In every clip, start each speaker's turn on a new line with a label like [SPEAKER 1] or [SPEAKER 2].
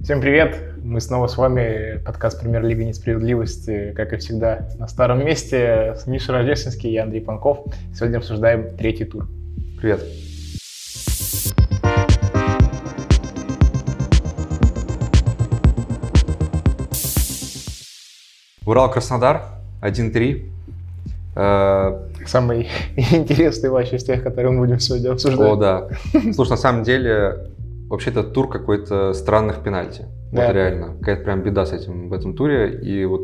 [SPEAKER 1] Всем привет! Мы снова с вами, подкаст «Премьер-лига несправедливости», как и всегда, на старом месте. Миша Рождественский, я Андрей Панков. Сегодня обсуждаем третий тур.
[SPEAKER 2] Привет. Урал-Краснодар 1-3. Э,
[SPEAKER 1] Самый интересный матч из тех, которые мы будем сегодня обсуждать.
[SPEAKER 2] О, да. Слушай, на самом деле, вообще этот тур какой-то странных пенальти.
[SPEAKER 1] Да.
[SPEAKER 2] Вот реально. Какая-то прям беда с этим в этом туре. И вот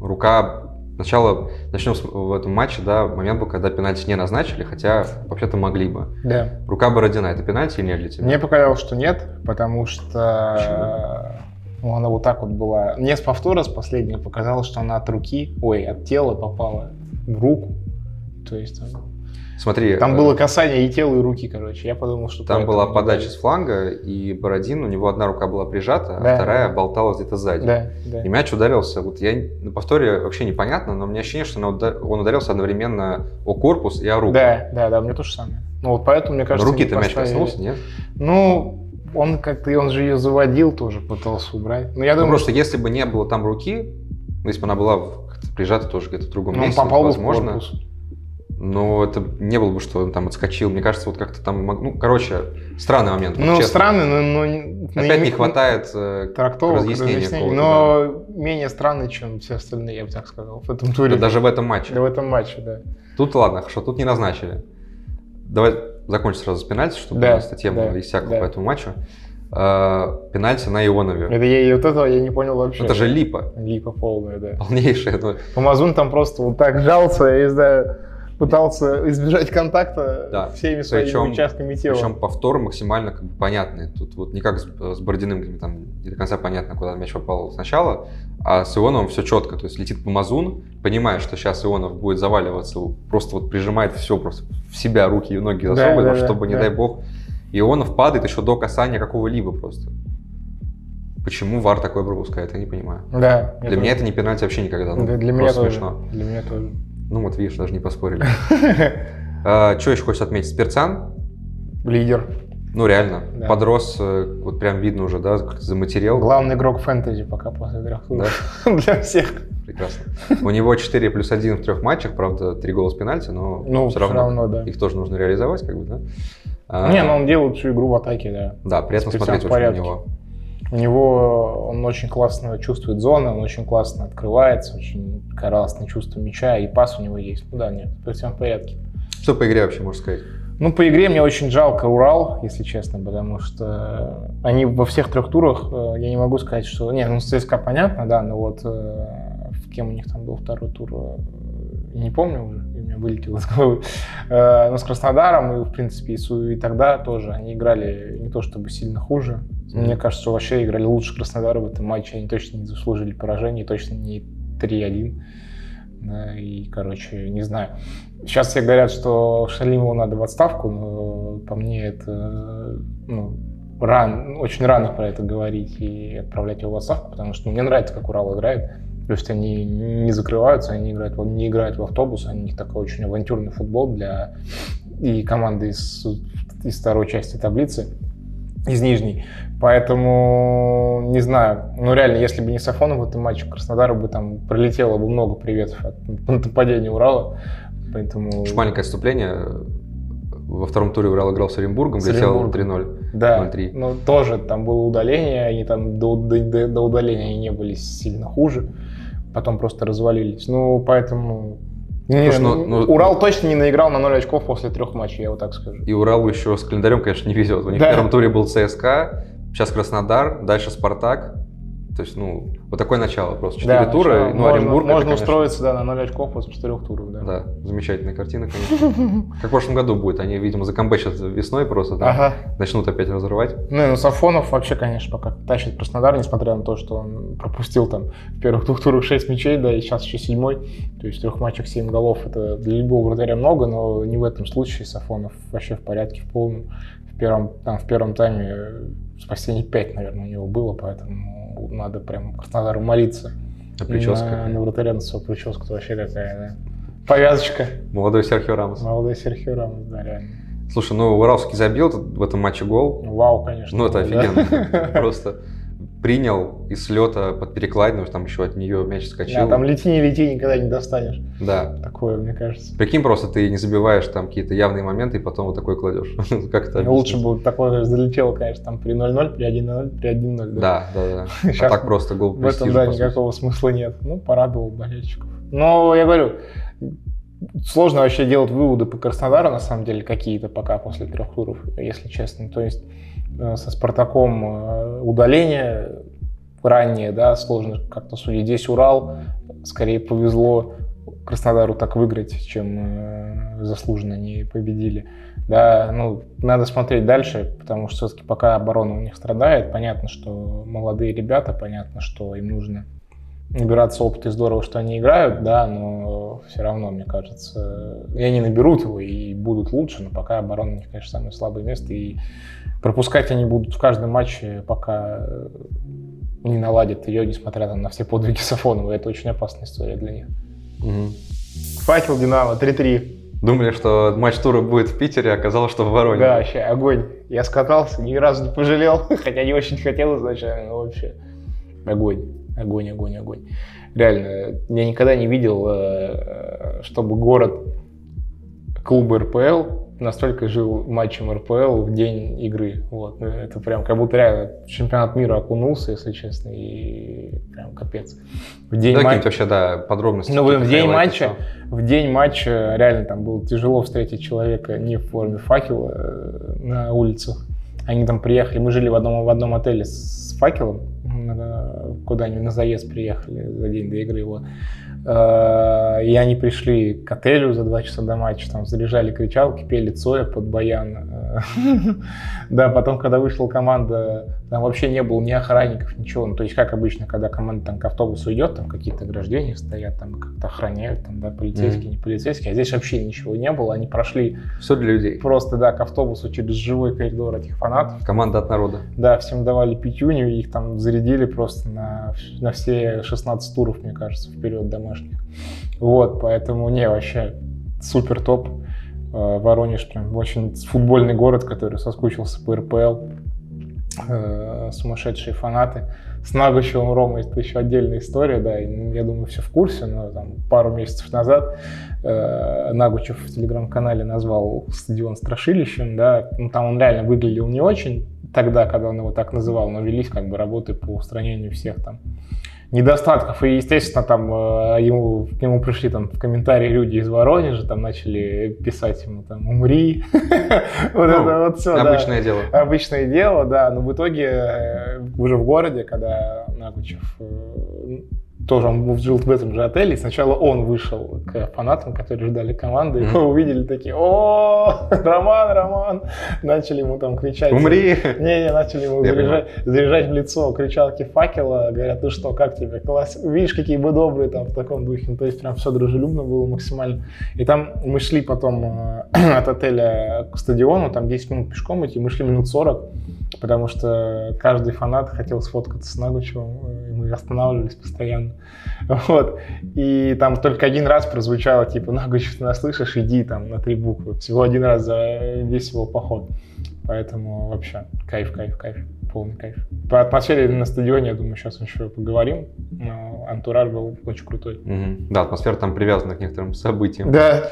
[SPEAKER 2] рука... Сначала начнем с- в этом матче, да, момент был, когда пенальти не назначили, хотя вообще-то могли бы.
[SPEAKER 1] Да.
[SPEAKER 2] Рука Бородина, это пенальти или нет для тебя?
[SPEAKER 1] Мне показалось, что нет, потому что ну, она вот так вот была. Мне с повтора, с последнего, показалось, что она от руки, ой, от тела попала в руку. То есть там,
[SPEAKER 2] Смотри,
[SPEAKER 1] там
[SPEAKER 2] э,
[SPEAKER 1] было касание и тела, и руки, короче. Я подумал, что...
[SPEAKER 2] Там
[SPEAKER 1] поэтому
[SPEAKER 2] была
[SPEAKER 1] не
[SPEAKER 2] подача
[SPEAKER 1] дали.
[SPEAKER 2] с фланга, и Бородин, у него одна рука была прижата,
[SPEAKER 1] Да.
[SPEAKER 2] а вторая болталась где-то сзади.
[SPEAKER 1] Да, да.
[SPEAKER 2] И мяч ударился, вот я на повторе вообще непонятно, но у меня ощущение, что он уда- он ударился одновременно о корпус и о руку.
[SPEAKER 1] Да, да, да, мне то же самое. Ну вот поэтому, мне
[SPEAKER 2] Но
[SPEAKER 1] кажется,
[SPEAKER 2] руки-то
[SPEAKER 1] не
[SPEAKER 2] мяч
[SPEAKER 1] поставили.
[SPEAKER 2] коснулся, нет?
[SPEAKER 1] Ну, он как-то, и он же ее заводил тоже, пытался убрать. Но я
[SPEAKER 2] Ну,
[SPEAKER 1] думаю,
[SPEAKER 2] просто если бы не было там руки, ну, если бы она была в- как-то прижата тоже где-то в другом
[SPEAKER 1] что Ну, он
[SPEAKER 2] месте,
[SPEAKER 1] попал бы в
[SPEAKER 2] возможно,
[SPEAKER 1] корпус.
[SPEAKER 2] но это не было бы, что он там отскочил. Мне кажется, вот как-то там, мог- ну, короче, странный момент. вот
[SPEAKER 1] Ну,
[SPEAKER 2] честно.
[SPEAKER 1] странно, но... но не-
[SPEAKER 2] Опять не
[SPEAKER 1] ну,
[SPEAKER 2] хватает э,
[SPEAKER 1] трактовок,
[SPEAKER 2] разъяснений
[SPEAKER 1] разъяснений,
[SPEAKER 2] какого-то,
[SPEAKER 1] но менее странный, чем все остальные, я бы так сказал, в этом
[SPEAKER 2] да
[SPEAKER 1] туре.
[SPEAKER 2] даже в этом матче.
[SPEAKER 1] Да в этом матче, да.
[SPEAKER 2] Тут ладно, хорошо, тут не назначили. Давай закончим сразу с пенальти, чтобы
[SPEAKER 1] Да,
[SPEAKER 2] у нас эта тема
[SPEAKER 1] да,
[SPEAKER 2] иссякла
[SPEAKER 1] да.
[SPEAKER 2] по этому матчу. Э, Пенальти на Ионове.
[SPEAKER 1] Это я и вот этого я не понял вообще.
[SPEAKER 2] Это же липа.
[SPEAKER 1] Липа полная, да.
[SPEAKER 2] Полнейшая. ну,
[SPEAKER 1] Помазун там просто вот так жался, я не знаю, пытался избежать контакта
[SPEAKER 2] Да.
[SPEAKER 1] всеми своими
[SPEAKER 2] Причем-
[SPEAKER 1] участками тела.
[SPEAKER 2] Причем повтор максимально как бы понятный. Тут вот не как с, с Бородиным, где там не до конца понятно, куда мяч попал сначала, а с Ионовым все четко. То есть летит Мазун, понимает, что сейчас Ионов будет заваливаться, просто вот прижимает все просто в себя, руки и ноги
[SPEAKER 1] Да,
[SPEAKER 2] засовывает,
[SPEAKER 1] да,
[SPEAKER 2] вот
[SPEAKER 1] да,
[SPEAKER 2] чтобы, не
[SPEAKER 1] да.
[SPEAKER 2] дай бог, Ионов падает еще до касания какого-либо просто. Почему ВАР такое пропускает, я не понимаю.
[SPEAKER 1] Да.
[SPEAKER 2] Для меня это не пенальти вообще никогда. Ну,
[SPEAKER 1] Да, для меня
[SPEAKER 2] просто
[SPEAKER 1] тоже.
[SPEAKER 2] смешно.
[SPEAKER 1] Для меня тоже.
[SPEAKER 2] Ну вот видишь, даже не поспорили. Что еще хочется отметить? Спирцан
[SPEAKER 1] Лидер.
[SPEAKER 2] Ну, реально,
[SPEAKER 1] Да.
[SPEAKER 2] подрос, э, вот прям видно уже, да, как заматерел.
[SPEAKER 1] Главный игрок фэнтези пока после трех
[SPEAKER 2] Да,
[SPEAKER 1] туров. Для всех.
[SPEAKER 2] прекрасно. У него 4 плюс 1 в трех матчах, правда, 3 гола с пенальти, но
[SPEAKER 1] Ну, все
[SPEAKER 2] все равно,
[SPEAKER 1] равно, да.
[SPEAKER 2] их тоже нужно реализовать, как бы, да? А,
[SPEAKER 1] Не, но он делает всю игру в атаке, да.
[SPEAKER 2] Да, приятно
[SPEAKER 1] Спирцан
[SPEAKER 2] смотреть
[SPEAKER 1] в
[SPEAKER 2] очень на
[SPEAKER 1] порядке.
[SPEAKER 2] него.
[SPEAKER 1] У него он очень классно чувствует зоны, он очень классно открывается, очень классно чувство мяча, и пас у него есть. Ну да, нет, то есть он в порядке.
[SPEAKER 2] Что по игре вообще можно сказать?
[SPEAKER 1] Ну, по игре мне очень жалко Урал, если честно, потому что они во всех трех турах, э, я не могу сказать, что... Нет, ну, с ЦСКА понятно, да, но вот э, в кем у них там был второй тур, э, не помню уже, и у меня вылетело из головы. Э, Но с Краснодаром и, в принципе, и, с У- и тогда тоже они играли не то чтобы сильно хуже. Мне
[SPEAKER 2] Мгм.
[SPEAKER 1] кажется, что вообще играли лучше Краснодара в этом матче. Они точно не заслужили поражение, точно не 3-1. Да, и, короче, не знаю. Сейчас все говорят, что Шалимову надо в отставку, но по мне это ну, ран, очень рано про это говорить и отправлять его в отставку, потому что мне нравится, как Урал играет. То есть они не закрываются, они играют, во- не играют в автобус, они у них такой очень авантюрный футбол для и команды из, из второй части таблицы, из нижней. Поэтому не знаю, ну реально, если бы не Сафонов в этом матче, Краснодару бы там пролетело бы много приветов от нападения Урала. Поэтому...
[SPEAKER 2] Очень маленькое отступление. Во втором туре Урал играл с Оренбургом,
[SPEAKER 1] С
[SPEAKER 2] летел
[SPEAKER 1] Оренбургом.
[SPEAKER 2] 3-0.
[SPEAKER 1] Да,
[SPEAKER 2] 0-3.
[SPEAKER 1] ну тоже там было удаление, они там до, до- до удаления они не были сильно хуже, потом просто развалились. Ну, поэтому... Не,
[SPEAKER 2] Слушай, ну-
[SPEAKER 1] ну,
[SPEAKER 2] ну-
[SPEAKER 1] Урал точно не наиграл на 0 очков после трех матчей, я вот так скажу.
[SPEAKER 2] И Уралу еще с календарем, конечно, не везет. У них
[SPEAKER 1] Да.
[SPEAKER 2] в первом туре был ЦСКА, сейчас Краснодар, дальше Спартак. То есть, ну, вот такое начало просто. Четыре
[SPEAKER 1] Да,
[SPEAKER 2] тура,
[SPEAKER 1] сначала
[SPEAKER 2] ну,
[SPEAKER 1] можно,
[SPEAKER 2] Оренбург... это,
[SPEAKER 1] Можно
[SPEAKER 2] конечно,
[SPEAKER 1] устроиться, да, на 0 очков после четырех туров, да.
[SPEAKER 2] Да, замечательная картина, конечно. Как в прошлом году будет. Они, видимо, закомбачат весной просто, там,
[SPEAKER 1] Ага.
[SPEAKER 2] начнут опять разрывать.
[SPEAKER 1] Ну, и, ну, Сафонов вообще, конечно, пока тащит Краснодар, несмотря на то, что он пропустил там в первых двух турах 6 мячей, да, и сейчас еще седьмой. То есть в трех матчах 7 голов это для любого вратаря много, но не в этом случае Сафонов вообще в порядке, в полном. В первом, там, в первом тайме э, спасений 5, наверное, у него было, поэтому надо прям Краснодару молиться.
[SPEAKER 2] А прическа.
[SPEAKER 1] На, на вратаря на свою прическу, то вообще какая, да. Повязочка.
[SPEAKER 2] Молодой Серхио Рамос.
[SPEAKER 1] Молодой Серхио Рамос, да, реально.
[SPEAKER 2] Слушай, ну, Уралский забил тут в этом матче гол.
[SPEAKER 1] Вау, конечно.
[SPEAKER 2] Ну, это
[SPEAKER 1] было, да.
[SPEAKER 2] офигенно. Просто принял из слета под перекладину, там еще от нее мяч
[SPEAKER 1] Да,
[SPEAKER 2] скочил.
[SPEAKER 1] А там лети, не лети, никогда не достанешь.
[SPEAKER 2] Да.
[SPEAKER 1] Такое, мне кажется.
[SPEAKER 2] Прикинь, просто ты не забиваешь там какие-то явные моменты, и потом вот такой кладешь. Ну, как это
[SPEAKER 1] Лучше
[SPEAKER 2] объяснить?
[SPEAKER 1] бы такое залетело, конечно, там при 0-0, при 1-0, при 1-0.
[SPEAKER 2] Да, да, да. А
[SPEAKER 1] Щас
[SPEAKER 2] так просто гол
[SPEAKER 1] В этом,
[SPEAKER 2] престижа,
[SPEAKER 1] да,
[SPEAKER 2] по сути.
[SPEAKER 1] никакого смысла нет. Ну, порадовал болельщиков. Но я говорю, сложно вообще делать выводы по Краснодару, на самом деле, какие-то пока после трех туров, если честно. То есть э, со Спартаком э, удаление ранее, да, сложно как-то судить. Здесь Урал, скорее повезло Краснодару так выиграть, чем э, заслуженно они победили. Да, ну, надо смотреть дальше, потому что все-таки пока оборона у них страдает, понятно, что молодые ребята, понятно, что им нужно набираться опыта, и здорово, что они играют, да, но все равно, мне кажется, и они наберут его и будут лучше, но пока оборона у них, конечно, самое слабое место, и пропускать они будут в каждом матче, пока э, не наладят ее, несмотря там на все подвиги Сафонова, это очень опасная история для них.
[SPEAKER 2] Мгм.
[SPEAKER 1] Факел Динамо 3-3.
[SPEAKER 2] Думали, что матч тура будет в Питере, оказалось, что в Воронеже.
[SPEAKER 1] Да, вообще огонь. Я скатался, ни разу не пожалел, хотя не очень хотел изначально, но вообще огонь. Огонь, огонь, огонь. Реально, я никогда не видел, э, чтобы город клуба РПЛ настолько жил матчем РПЛ в день игры. Вот. Ну, Это прям как будто реально в чемпионат мира окунулся, если честно, и прям капец. В день
[SPEAKER 2] Давай
[SPEAKER 1] ма-
[SPEAKER 2] какие-нибудь вообще, да, подробности.
[SPEAKER 1] Ну, в день
[SPEAKER 2] Хайлайты,
[SPEAKER 1] матча
[SPEAKER 2] что?
[SPEAKER 1] в день матча реально там было тяжело встретить человека не в форме факела э, на улицах. Они там приехали, мы жили в одном, в одном отеле с факелом, э, куда они на заезд приехали за день до игры его. Э, И они пришли к отелю за два часа до матча, там заряжали кричалки, пели Цоя под баян. Э, Да, потом, когда вышла команда, там вообще не было ни охранников, ничего. Ну, то есть, как обычно, когда команда там к автобусу идет, там какие-то ограждения стоят, там как-то охраняют, там, да, полицейские,
[SPEAKER 2] Мгм.
[SPEAKER 1] не полицейские. А здесь вообще ничего не было. Они прошли
[SPEAKER 2] Все для людей.
[SPEAKER 1] просто, да, к автобусу через живой коридор этих фанатов.
[SPEAKER 2] Команда от народа.
[SPEAKER 1] Да, всем давали пятюню, их там зарядили просто на, на все 16 туров, мне кажется, вперед домашних. Вот, поэтому, не, вообще супер топ. Э, Воронеж прям очень футбольный город, который соскучился по РПЛ. Э, Сумасшедшие фанаты. С Нагучевым Ромой это еще отдельная история, да, и, ну, я думаю, все в курсе, но там пару месяцев назад э, Нагучев в телеграм-канале назвал стадион страшилищем, да, ну, там он реально выглядел не очень тогда, когда он его так называл, но велись как бы работы по устранению всех там недостатков. И, естественно, там э, ему, к нему пришли там в комментарии люди из Воронежа, там начали писать ему там «умри», вот
[SPEAKER 2] Ну,
[SPEAKER 1] это вот все,
[SPEAKER 2] Обычное дело.
[SPEAKER 1] обычное дело, да, но в итоге э, уже в городе, когда Нагучев э, тоже он жил в этом же отеле, и сначала он вышел к фанатам, которые ждали команды,
[SPEAKER 2] Мгм.
[SPEAKER 1] его увидели такие, о, Роман, Роман, начали ему там кричать.
[SPEAKER 2] Умри!
[SPEAKER 1] Не, не, начали ему
[SPEAKER 2] Я
[SPEAKER 1] заряжать, заряжать в лицо кричалки факела, говорят, ну что, как тебе, класс, видишь, какие вы добрые, там, в таком духе, ну, то есть прям все дружелюбно было максимально. И там мы шли потом э, от отеля к стадиону, там 10 минут пешком идти, мы шли минут 40, потому что каждый фанат хотел сфоткаться с Нагучевым, э, и мы останавливались постоянно. Вот. И там только один раз прозвучало, типа, Нагучев, ты нас слышишь, иди там на три буквы. Всего один раз за весь его поход. Поэтому вообще кайф, кайф, кайф. Полный кайф. По атмосфере на стадионе, я думаю, сейчас еще поговорим. Но антураж был очень крутой.
[SPEAKER 2] Мгм. Да, атмосфера там привязана к некоторым событиям.
[SPEAKER 1] Да.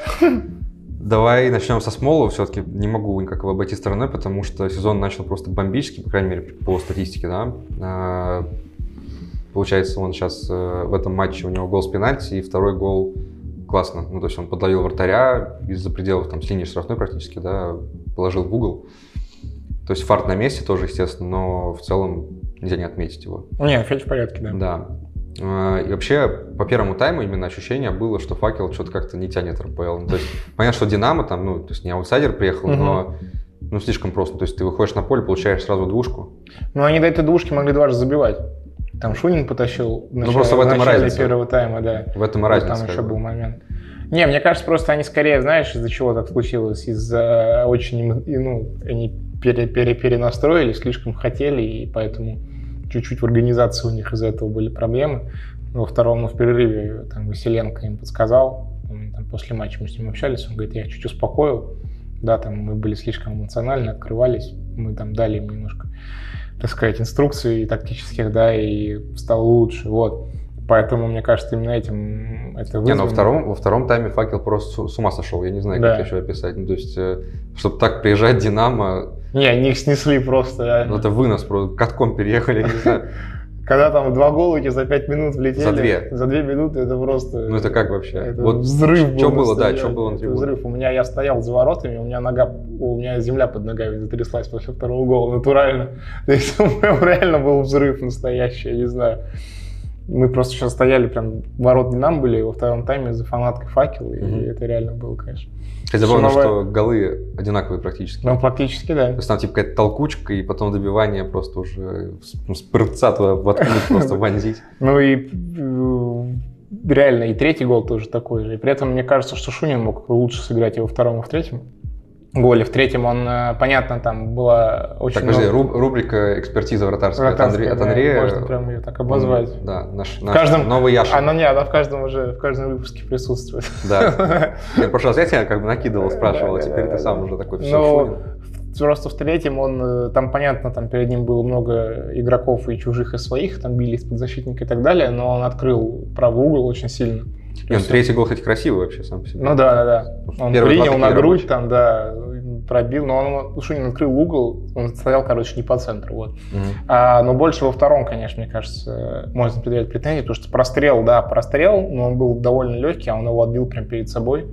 [SPEAKER 2] Давай начнем со Смолова. Все-таки не могу никак его обойти стороной, потому что сезон начал просто бомбически, по крайней мере, по статистике, да. А, Получается, он сейчас в этом матче у него гол с пенальти и второй гол классно. Ну, то есть он подловил вратаря из-за пределов там с линии штрафной практически, да, положил в угол. То есть фарт на месте тоже, естественно, но в целом нельзя не отметить его.
[SPEAKER 1] Не, все в порядке, да.
[SPEAKER 2] Да. Э, И вообще, по первому тайму именно ощущение было, что факел что-то как-то не тянет РПЛ. Ну, то есть, понятно, что Динамо там, ну, то есть не аутсайдер приехал,
[SPEAKER 1] Мгм.
[SPEAKER 2] но ну, слишком просто. То есть ты выходишь на поле, получаешь сразу двушку.
[SPEAKER 1] Но Ну, они до этой двушки могли дважды забивать. Там Шунин потащил в начале-
[SPEAKER 2] Ну, просто в этом и
[SPEAKER 1] начале
[SPEAKER 2] разница.
[SPEAKER 1] первого тайма, да.
[SPEAKER 2] В этом и
[SPEAKER 1] Вот
[SPEAKER 2] разница.
[SPEAKER 1] Там
[SPEAKER 2] как
[SPEAKER 1] еще
[SPEAKER 2] бы.
[SPEAKER 1] был момент. Не, мне кажется, просто они скорее, знаешь, из-за чего так случилось? Из-за очень, эмо- и, ну, они пере- пере- перенастроились, слишком хотели, и поэтому чуть-чуть в организации у них из-за этого были проблемы. Во втором, ну, в перерыве, там, Василенко им подсказал, Помню, там, после матча мы с ним общались, он говорит, я их чуть успокоил, да, там мы были слишком эмоционально, открывались, мы там дали им немножко так сказать, инструкций и тактических, да, и стал лучше, вот. Поэтому, мне кажется, именно этим это
[SPEAKER 2] Не,
[SPEAKER 1] вызвано.
[SPEAKER 2] ну во втором, во втором тайме факел просто с- с ума сошел. Я не знаю,
[SPEAKER 1] Да.
[SPEAKER 2] как еще описать. Ну, то есть, чтобы так приезжать Динамо,
[SPEAKER 1] Не, они их снесли просто, да.
[SPEAKER 2] ну, это вынос, просто катком переехали, я не знаю.
[SPEAKER 1] Когда там два гола эти за пять минут влетели.
[SPEAKER 2] За две.
[SPEAKER 1] За две минуты это просто...
[SPEAKER 2] Ну это как вообще?
[SPEAKER 1] это
[SPEAKER 2] Вот
[SPEAKER 1] взрыв
[SPEAKER 2] чё
[SPEAKER 1] был
[SPEAKER 2] было, да,
[SPEAKER 1] настоящий,
[SPEAKER 2] чё было на
[SPEAKER 1] это
[SPEAKER 2] трибуне?
[SPEAKER 1] Взрыв. У меня я стоял за воротами, у меня нога, у меня земля под ногами затряслась после второго гола, натурально. То есть прям реально был взрыв настоящий, я не знаю. Мы просто сейчас стояли, прям ворот не нам были, во втором тайме за фанаткой факел,
[SPEAKER 2] Мгм.
[SPEAKER 1] и это реально было, конечно.
[SPEAKER 2] Кстати, забавно,
[SPEAKER 1] шумовая-
[SPEAKER 2] что голы одинаковые практически.
[SPEAKER 1] Ну, практически, да.
[SPEAKER 2] То есть там типа какая-то толкучка, и потом добивание просто уже с, ну, с пырца туда воткнуть, просто вонзить.
[SPEAKER 1] Ну и э, реально, и третий гол тоже такой же. И при этом мне кажется, что Шунин мог лучше сыграть и во втором, и в третьем голе. В третьем он, э, понятно, там была очень
[SPEAKER 2] Так, подожди,
[SPEAKER 1] много-
[SPEAKER 2] руб- рубрика «Экспертиза вратарская» от
[SPEAKER 1] вратарская,
[SPEAKER 2] Андре- от
[SPEAKER 1] да,
[SPEAKER 2] Андрея.
[SPEAKER 1] Можно прям ее так обозвать.
[SPEAKER 2] Он- Да, наш, наш
[SPEAKER 1] каждом-
[SPEAKER 2] новый Яша.
[SPEAKER 1] Она не, она в каждом уже, в каждом выпуске присутствует.
[SPEAKER 2] Да. Я в прошлый раз я тебя как бы накидывал, спрашивал, а
[SPEAKER 1] Да, да,
[SPEAKER 2] теперь
[SPEAKER 1] да,
[SPEAKER 2] ты
[SPEAKER 1] да.
[SPEAKER 2] сам уже такой все
[SPEAKER 1] Ну, в- Просто в третьем он, э, там понятно, там перед ним было много игроков и чужих, и своих, там бились подзащитника и так далее, но он открыл правый угол очень сильно.
[SPEAKER 2] Не, ну, третий гол, кстати, красивый вообще сам по себе.
[SPEAKER 1] Ну да, да, да. Он
[SPEAKER 2] Первые два
[SPEAKER 1] принял
[SPEAKER 2] такие
[SPEAKER 1] на грудь,
[SPEAKER 2] рабочие.
[SPEAKER 1] там, да, пробил, но он Шунин открыл угол, он стоял, короче, не по центру, вот.
[SPEAKER 2] Мгм.
[SPEAKER 1] А, но больше во втором, конечно, мне кажется, можно предъявить претензии, потому что прострел, да, прострел, но он был довольно легкий, а он его отбил прямо перед собой.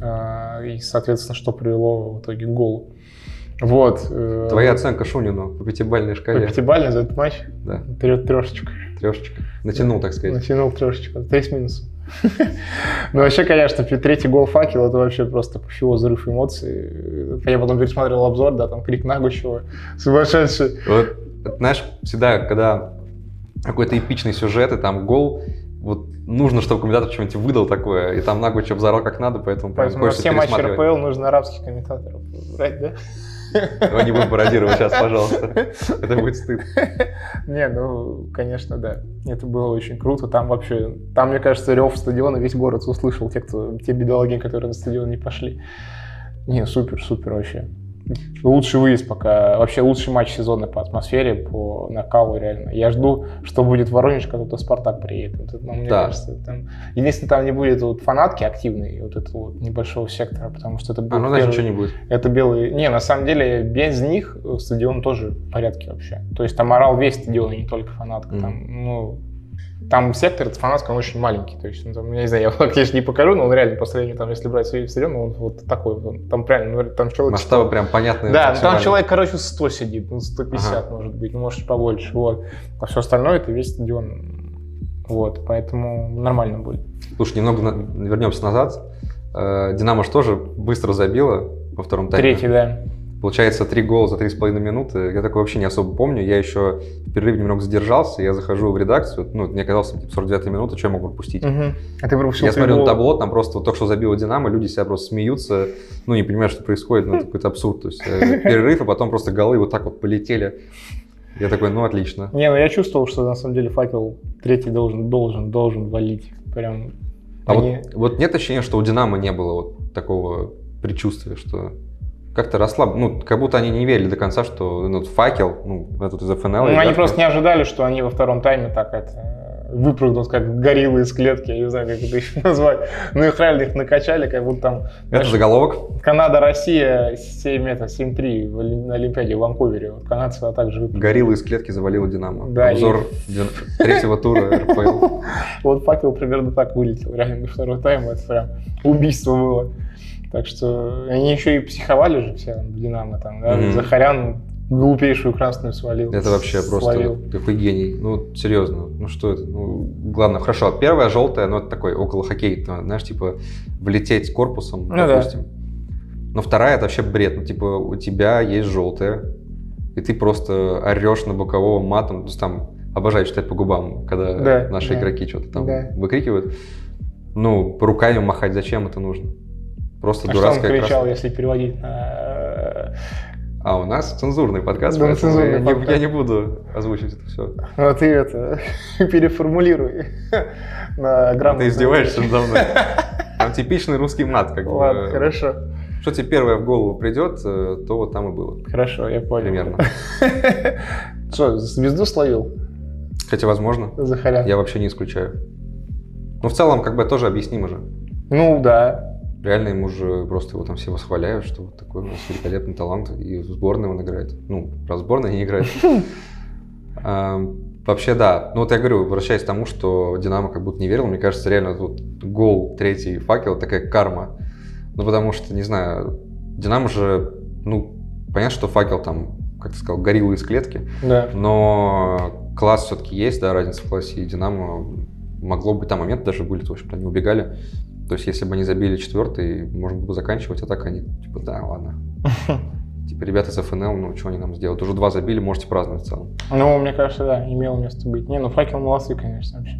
[SPEAKER 1] А, и, соответственно, что привело в итоге к голу. Вот. э,
[SPEAKER 2] Твоя оценка Шунину по пятибалльной шкале.
[SPEAKER 1] Пятибалльный за этот матч.
[SPEAKER 2] Да.
[SPEAKER 1] Вперед трешечку.
[SPEAKER 2] Трешечка. Натянул, так сказать.
[SPEAKER 1] Натянул трешечку. Три с минусом. Ну, вообще, конечно, пи- третий гол факел, это вообще просто всего взрыв эмоций. Я потом пересмотрел обзор, да, там крик Нагучева, сумасшедший.
[SPEAKER 2] Вот, это, знаешь, всегда, когда какой-то эпичный сюжет, и там гол, вот нужно, чтобы комментатор что-нибудь выдал такое, и там Нагучев заорал как надо, поэтому прям
[SPEAKER 1] Поэтому на
[SPEAKER 2] хочется
[SPEAKER 1] все матчи
[SPEAKER 2] пересматривать.
[SPEAKER 1] РПЛ нужно арабских комментаторов брать, да?
[SPEAKER 2] Давай не будем пародировать сейчас, пожалуйста. Это будет стыд.
[SPEAKER 1] Не, ну, конечно, да. Это было очень круто. Там вообще, там, мне кажется, рев стадиона весь город услышал, те, кто, те бедологи, которые на стадион не пошли. Не, супер, супер вообще. Лучший выезд пока, вообще лучший матч сезона по атмосфере, по накалу реально. Я жду, что будет в Воронеж, когда туда Спартак приедет. Вот это, ну, мне
[SPEAKER 2] Да.
[SPEAKER 1] кажется, там... Единственное, там не будет вот фанатки активной, вот этого вот небольшого сектора, потому что это будет
[SPEAKER 2] А ну значит
[SPEAKER 1] первый-
[SPEAKER 2] ничего не будет.
[SPEAKER 1] это белые. Не, на самом деле, без них э, стадион тоже в порядке вообще. То есть там орал весь стадион, а не только фанатка.
[SPEAKER 2] Мгм.
[SPEAKER 1] Там, ну, там сектор этот фанатка, он очень маленький. То есть, ну, там, я не знаю, я вам, конечно, не покажу, но он реально по сравнению, там, если брать свой стадион, он вот такой. вот он. там реально, ну, там человек...
[SPEAKER 2] Масштабы прям понятные.
[SPEAKER 1] Да, ну, там
[SPEAKER 2] максимально.
[SPEAKER 1] человек, короче, 100 сидит, ну, 150,
[SPEAKER 2] Ага.
[SPEAKER 1] может быть, ну, может, побольше, вот. А все остальное, это весь стадион. Вот, поэтому нормально будет.
[SPEAKER 2] Слушай, немного на- вернемся назад. Э, Динамо же тоже быстро забило во втором тайме.
[SPEAKER 1] Третий, да.
[SPEAKER 2] Получается, три гола за три с половиной минуты. Я такое вообще не особо помню. Я еще в перерыве немного задержался. Я захожу в редакцию. Ну, мне казалось, там, типа, 49 минута, что я могу пропустить?
[SPEAKER 1] Мгм. А ты пропустил
[SPEAKER 2] Я
[SPEAKER 1] три
[SPEAKER 2] смотрю на
[SPEAKER 1] гола.
[SPEAKER 2] табло, там просто вот только что забило Динамо, люди себя просто смеются, ну, не понимают, что происходит, ну, это какой-то абсурд. То есть э, перерыв, а потом просто голы вот так вот полетели. Я такой, ну, отлично.
[SPEAKER 1] Не, ну я чувствовал, что на самом деле факел третий должен, должен, должен валить. Прям.
[SPEAKER 2] А
[SPEAKER 1] они-
[SPEAKER 2] вот, вот нет ощущения, что у Динамо не было вот такого предчувствия, что как-то расслаб... Ну, как будто они не верили до конца, что ну, факел, ну, этот из ФНЛ.
[SPEAKER 1] Ну, они
[SPEAKER 2] ребятки.
[SPEAKER 1] просто не ожидали, что они во втором тайме так это э, выпрыгнут, как гориллы из клетки, я не знаю, как это еще назвать. Ну, их реально их накачали, как будто там
[SPEAKER 2] Это
[SPEAKER 1] знаешь,
[SPEAKER 2] заголовок.
[SPEAKER 1] Канада, Россия 7 это 7-3 в Оли- на Олимпиаде в Ванкувере. Вот канадцы а также выпрыгнули.
[SPEAKER 2] Горилла из клетки завалила Динамо.
[SPEAKER 1] Да, и-
[SPEAKER 2] Обзор дин- третьего тура РПЛ.
[SPEAKER 1] Вот факел примерно так вылетел, реально на второй тайм, это прям убийство было. Так что они еще и психовали же все в Динамо там, да?
[SPEAKER 2] Мгм.
[SPEAKER 1] Захарян глупейшую красную свалил.
[SPEAKER 2] Это вообще
[SPEAKER 1] Словил.
[SPEAKER 2] просто такой гений. Ну, серьезно, ну что это? Ну, главное, хорошо, первая желтая, ну, это такой около хоккейного, знаешь, типа влететь корпусом,
[SPEAKER 1] Ну да.
[SPEAKER 2] допустим. Но вторая это вообще бред. Ну, типа, у тебя есть желтая, и ты просто орешь на бокового матом. То есть там обожаю читать по губам, когда
[SPEAKER 1] Да,
[SPEAKER 2] наши
[SPEAKER 1] да.
[SPEAKER 2] игроки что-то там
[SPEAKER 1] Да.
[SPEAKER 2] выкрикивают. Ну, руками махать, зачем это нужно? Просто
[SPEAKER 1] А что он
[SPEAKER 2] дурацкая
[SPEAKER 1] кричал,
[SPEAKER 2] красная.
[SPEAKER 1] если переводить на...
[SPEAKER 2] А у нас цензурный подкаст,
[SPEAKER 1] Да,
[SPEAKER 2] поэтому
[SPEAKER 1] цензурный
[SPEAKER 2] я не- я
[SPEAKER 1] подкаст.
[SPEAKER 2] не буду озвучивать это все.
[SPEAKER 1] Ну, ты это, переформулируй на грамотный.
[SPEAKER 2] Ты издеваешься надо мной. Там типичный русский мат, как бы.
[SPEAKER 1] Ладно, хорошо.
[SPEAKER 2] Что тебе первое в голову придет, э, то вот там и было.
[SPEAKER 1] Хорошо, я понял.
[SPEAKER 2] Примерно.
[SPEAKER 1] Что, звезду словил
[SPEAKER 2] Хотя, возможно,
[SPEAKER 1] за халяву?
[SPEAKER 2] я вообще не исключаю. Но в целом, как бы тоже объяснимо же.
[SPEAKER 1] Ну да.
[SPEAKER 2] Реально ему же просто его там все восхваляют, что вот такой у нас великолепный талант, и в сборной он играет. Ну, раз в сборной не играет. А, Вообще, да. Ну, вот я говорю, возвращаясь к тому, что Динамо как будто не верил, мне кажется, реально тут гол, третий факел, такая карма. Ну, потому что, не знаю, Динамо же, ну, понятно, что факел там, как ты сказал, горилла из клетки,
[SPEAKER 1] Да.
[SPEAKER 2] но класс все-таки есть, да, разница в классе. И Динамо могло быть, там моменты даже были, то, в общем-то, они убегали. То есть, если бы они забили четвертый, можно было бы заканчивать, а так они, типа, да, ладно. Типа, ребята с ФНЛ, ну, что они нам сделают? Уже два забили, можете праздновать в целом.
[SPEAKER 1] Ну, мне кажется, да, имело место быть. Не, ну факел молодцы, конечно, вообще.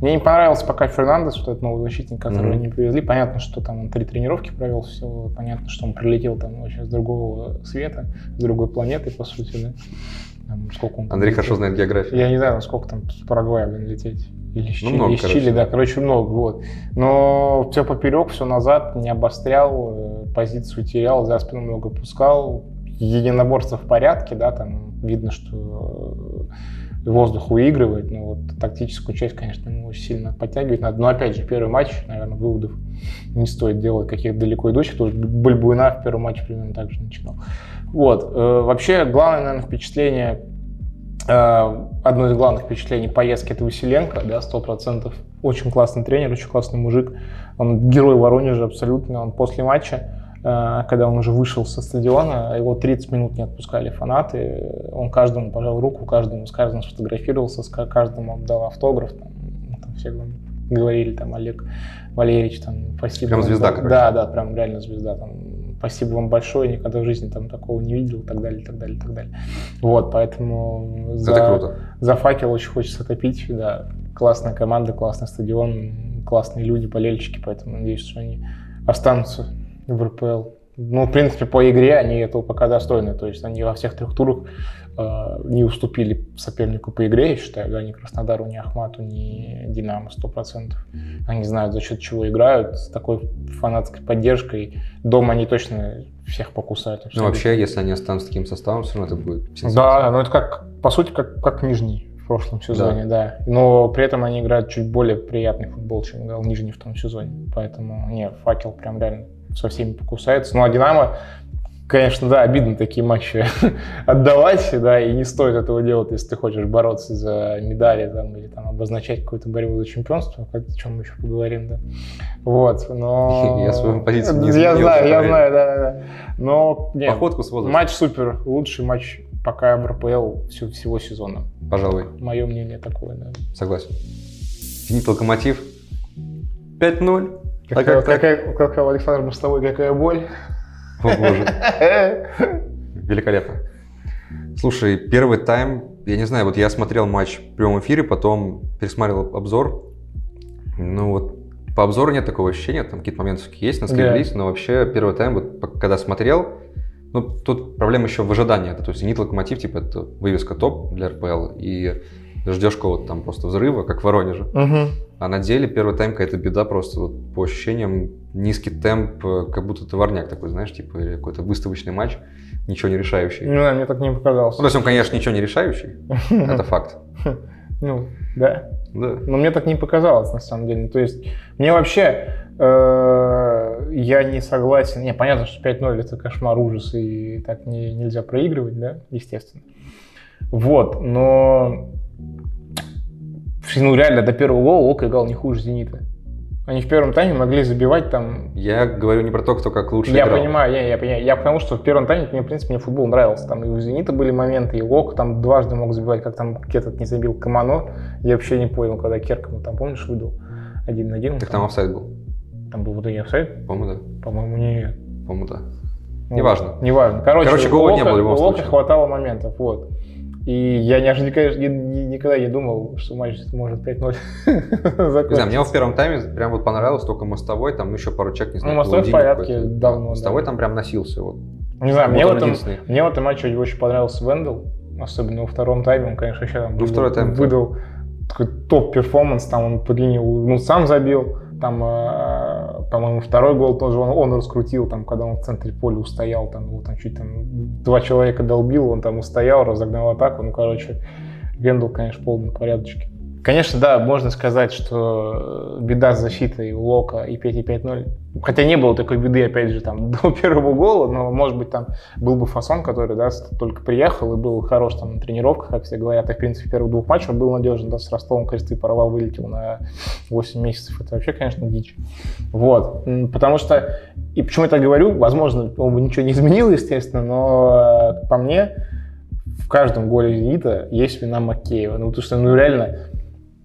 [SPEAKER 1] Мне не понравился пока Фернандес, вот этот новый защитник, которого
[SPEAKER 2] Мгм.
[SPEAKER 1] не привезли. Понятно, что там он три тренировки провел всего, понятно, что он прилетел там вообще с другого света, с другой планеты, по сути, да. Там, сколько он там
[SPEAKER 2] Андрей
[SPEAKER 1] летел?
[SPEAKER 2] хорошо знает географию.
[SPEAKER 1] Я не знаю, насколько там с Парагвая, блин, лететь. Или с
[SPEAKER 2] Ну,
[SPEAKER 1] Чили,
[SPEAKER 2] много,
[SPEAKER 1] из
[SPEAKER 2] короче.
[SPEAKER 1] Чили, да, короче, много, вот. Но все поперек, все назад, не обострял, э, позицию терял, за спину много пускал. Единоборство в порядке, да, там видно, что э, воздух выигрывает, но вот тактическую часть, конечно, ему сильно подтягивать надо. Но опять же, первый матч, наверное, выводов не стоит делать каких-то далеко идущих, потому что Бальбуина в первом матче примерно так же начинал. Вот. э, Вообще, главное, наверное, впечатление, э, одно из главных впечатлений поездки это Василенко, да, 100%. Очень классный тренер, очень классный мужик. Он герой Воронежа абсолютно. Он после матча, э, когда он уже вышел со стадиона, его 30 минут не отпускали фанаты. Он каждому пожал руку, каждому с каждым сфотографировался, с ка- каждому отдал автограф. Там, ну, там все там говорили, там, Олег Валерьевич, там, спасибо.
[SPEAKER 2] Прям
[SPEAKER 1] вам
[SPEAKER 2] звезда,
[SPEAKER 1] за-
[SPEAKER 2] короче.
[SPEAKER 1] Да, да, прям реально звезда. Там, спасибо вам большое, никогда в жизни там такого не видел, и так далее, и так далее, и так далее. Вот, поэтому за,
[SPEAKER 2] Это круто. Ну,
[SPEAKER 1] за факел очень хочется топить, да. Классная команда, классный стадион, классные люди, болельщики, поэтому надеюсь, что они останутся в РПЛ. Ну, в принципе, по игре они этого пока достойны. То есть они во всех трех турах э, не уступили сопернику по игре, я считаю, да, ни Краснодару, ни Ахмату, ни Динамо, 100%. Они знают, за счет чего играют, с такой фанатской поддержкой. Дома они точно всех покусают.
[SPEAKER 2] Ну,
[SPEAKER 1] абсолютно.
[SPEAKER 2] вообще, если они останутся таким составом, все равно это будет сенсация.
[SPEAKER 1] Да, но это как, по сути, как, как Нижний в прошлом сезоне, да. Но при этом они играют чуть более приятный футбол, чем играл Нижний в том сезоне. Поэтому, не, факел прям реально со всеми покусается. Ну, а Динамо, конечно, да, обидно такие матчи отдавать, да, и не стоит этого делать, если ты хочешь бороться за медали там, или там обозначать какую-то борьбу за чемпионство, о чем мы еще поговорим, да. Вот, но...
[SPEAKER 2] Я свою позицию не
[SPEAKER 1] Я
[SPEAKER 2] изменил,
[SPEAKER 1] знаю, я
[SPEAKER 2] правильно.
[SPEAKER 1] знаю, да, да, да. Но, нет,
[SPEAKER 2] Походку с возрастом,
[SPEAKER 1] Матч супер, лучший матч пока в РПЛ всю- всего сезона.
[SPEAKER 2] пожалуй,
[SPEAKER 1] Мое мнение такое, да.
[SPEAKER 2] согласен. Финит локомотив. 5-0. А
[SPEAKER 1] Какая,
[SPEAKER 2] как так?
[SPEAKER 1] какая- как у Александра Мостовой, какая боль.
[SPEAKER 2] О, боже. Великолепно. Слушай, первый тайм, я не знаю, вот я смотрел матч в прямом эфире, потом пересмотрел обзор. Ну вот, по обзору нет такого ощущения, там какие-то моменты всё-таки есть, наскреблись, но вообще первый тайм, вот пок- когда смотрел, ну тут проблема еще в ожидании, это, то есть «Зенит Локомотив», типа это вывеска топ для РПЛ, и ждешь кого-то там просто взрыва, как в Воронеже.
[SPEAKER 1] Мгм.
[SPEAKER 2] А на деле первый тайм какая-то беда просто вот по ощущениям низкий темп, э, как будто товарняк такой, знаешь, типа или какой-то выставочный матч, ничего не решающий.
[SPEAKER 1] Не знаю, мне так не
[SPEAKER 2] Ну,
[SPEAKER 1] показалось.
[SPEAKER 2] то есть он, конечно, ничего не решающий, это факт.
[SPEAKER 1] Ну, да.
[SPEAKER 2] Да.
[SPEAKER 1] Но мне так не показалось, на самом деле. То есть, мне вообще, э, я не согласен. Не, понятно, что 5-0 это кошмар, ужас, и так не- нельзя проигрывать, да, естественно. Вот, но... Ну, реально, до первого гола Лок играл не хуже «Зенита». Они в первом тайме могли забивать там...
[SPEAKER 2] Я говорю не про то, кто как лучше
[SPEAKER 1] Я
[SPEAKER 2] играл.
[SPEAKER 1] понимаю, я, я понимаю. Я потому что в первом тайме, мне, в принципе, мне футбол нравился. Там и у «Зенита» были моменты, и Лок там дважды мог забивать, как там где-то не забил Камано. Я вообще не понял, когда Керк ему там, помнишь, выдал? Один на один. он
[SPEAKER 2] Так там офсайд был.
[SPEAKER 1] там был вот и офсайд,
[SPEAKER 2] По-моему, да.
[SPEAKER 1] по-моему, не...
[SPEAKER 2] По-моему, да.
[SPEAKER 1] ну,
[SPEAKER 2] Неважно.
[SPEAKER 1] Неважно. Короче,
[SPEAKER 2] Короче,
[SPEAKER 1] у
[SPEAKER 2] гола не
[SPEAKER 1] Лока-
[SPEAKER 2] было в любом
[SPEAKER 1] у Лока
[SPEAKER 2] случае.
[SPEAKER 1] хватало моментов, вот. И я неожиданно, конечно, ни- ни- никогда не думал, что матч может 5-0
[SPEAKER 2] Не знаю,
[SPEAKER 1] закончиться.
[SPEAKER 2] мне вот в первом тайме прям вот понравилось только мостовой, там еще пару чек, не знаю,
[SPEAKER 1] Ну, Мостовой в
[SPEAKER 2] Клаудиньо
[SPEAKER 1] порядке
[SPEAKER 2] какой-то.
[SPEAKER 1] давно,
[SPEAKER 2] Мостовой
[SPEAKER 1] да.
[SPEAKER 2] там прям носился. Вот.
[SPEAKER 1] Не знаю,
[SPEAKER 2] Вот
[SPEAKER 1] мне в
[SPEAKER 2] он
[SPEAKER 1] этом,
[SPEAKER 2] единственный.
[SPEAKER 1] мне в этом матче очень понравился Вендел, особенно во втором тайме, он, конечно, вообще там
[SPEAKER 2] Ну, второй тайм, да.
[SPEAKER 1] выдал такой топ-перформанс, там он по линии, ну, сам забил, Там, э, по-моему, второй гол тоже он, он раскрутил, там, когда он в центре поля устоял, там его там чуть там два человека долбил, он там устоял, разогнал атаку. Ну, короче, Гендл, конечно, в полном порядочке. Конечно, да, можно сказать, что э, беда с защитой у Лока и 5 и 5-0. Хотя не было такой беды, опять же, там, до первого гола, но, может быть, там был бы Фасон, который, да, только приехал и был хорош там на тренировках, как все говорят, и, в принципе, в первых двух матчах был надежен, да, с Ростовом кресты порвал, вылетел на 8 месяцев. Это вообще, конечно, дичь. Вот. Потому что, и почему я так говорю, возможно, он бы ничего не изменил, естественно, но э, по мне, в каждом голе «Зенита» есть вина Макеева. Ну, потому что, ну, реально,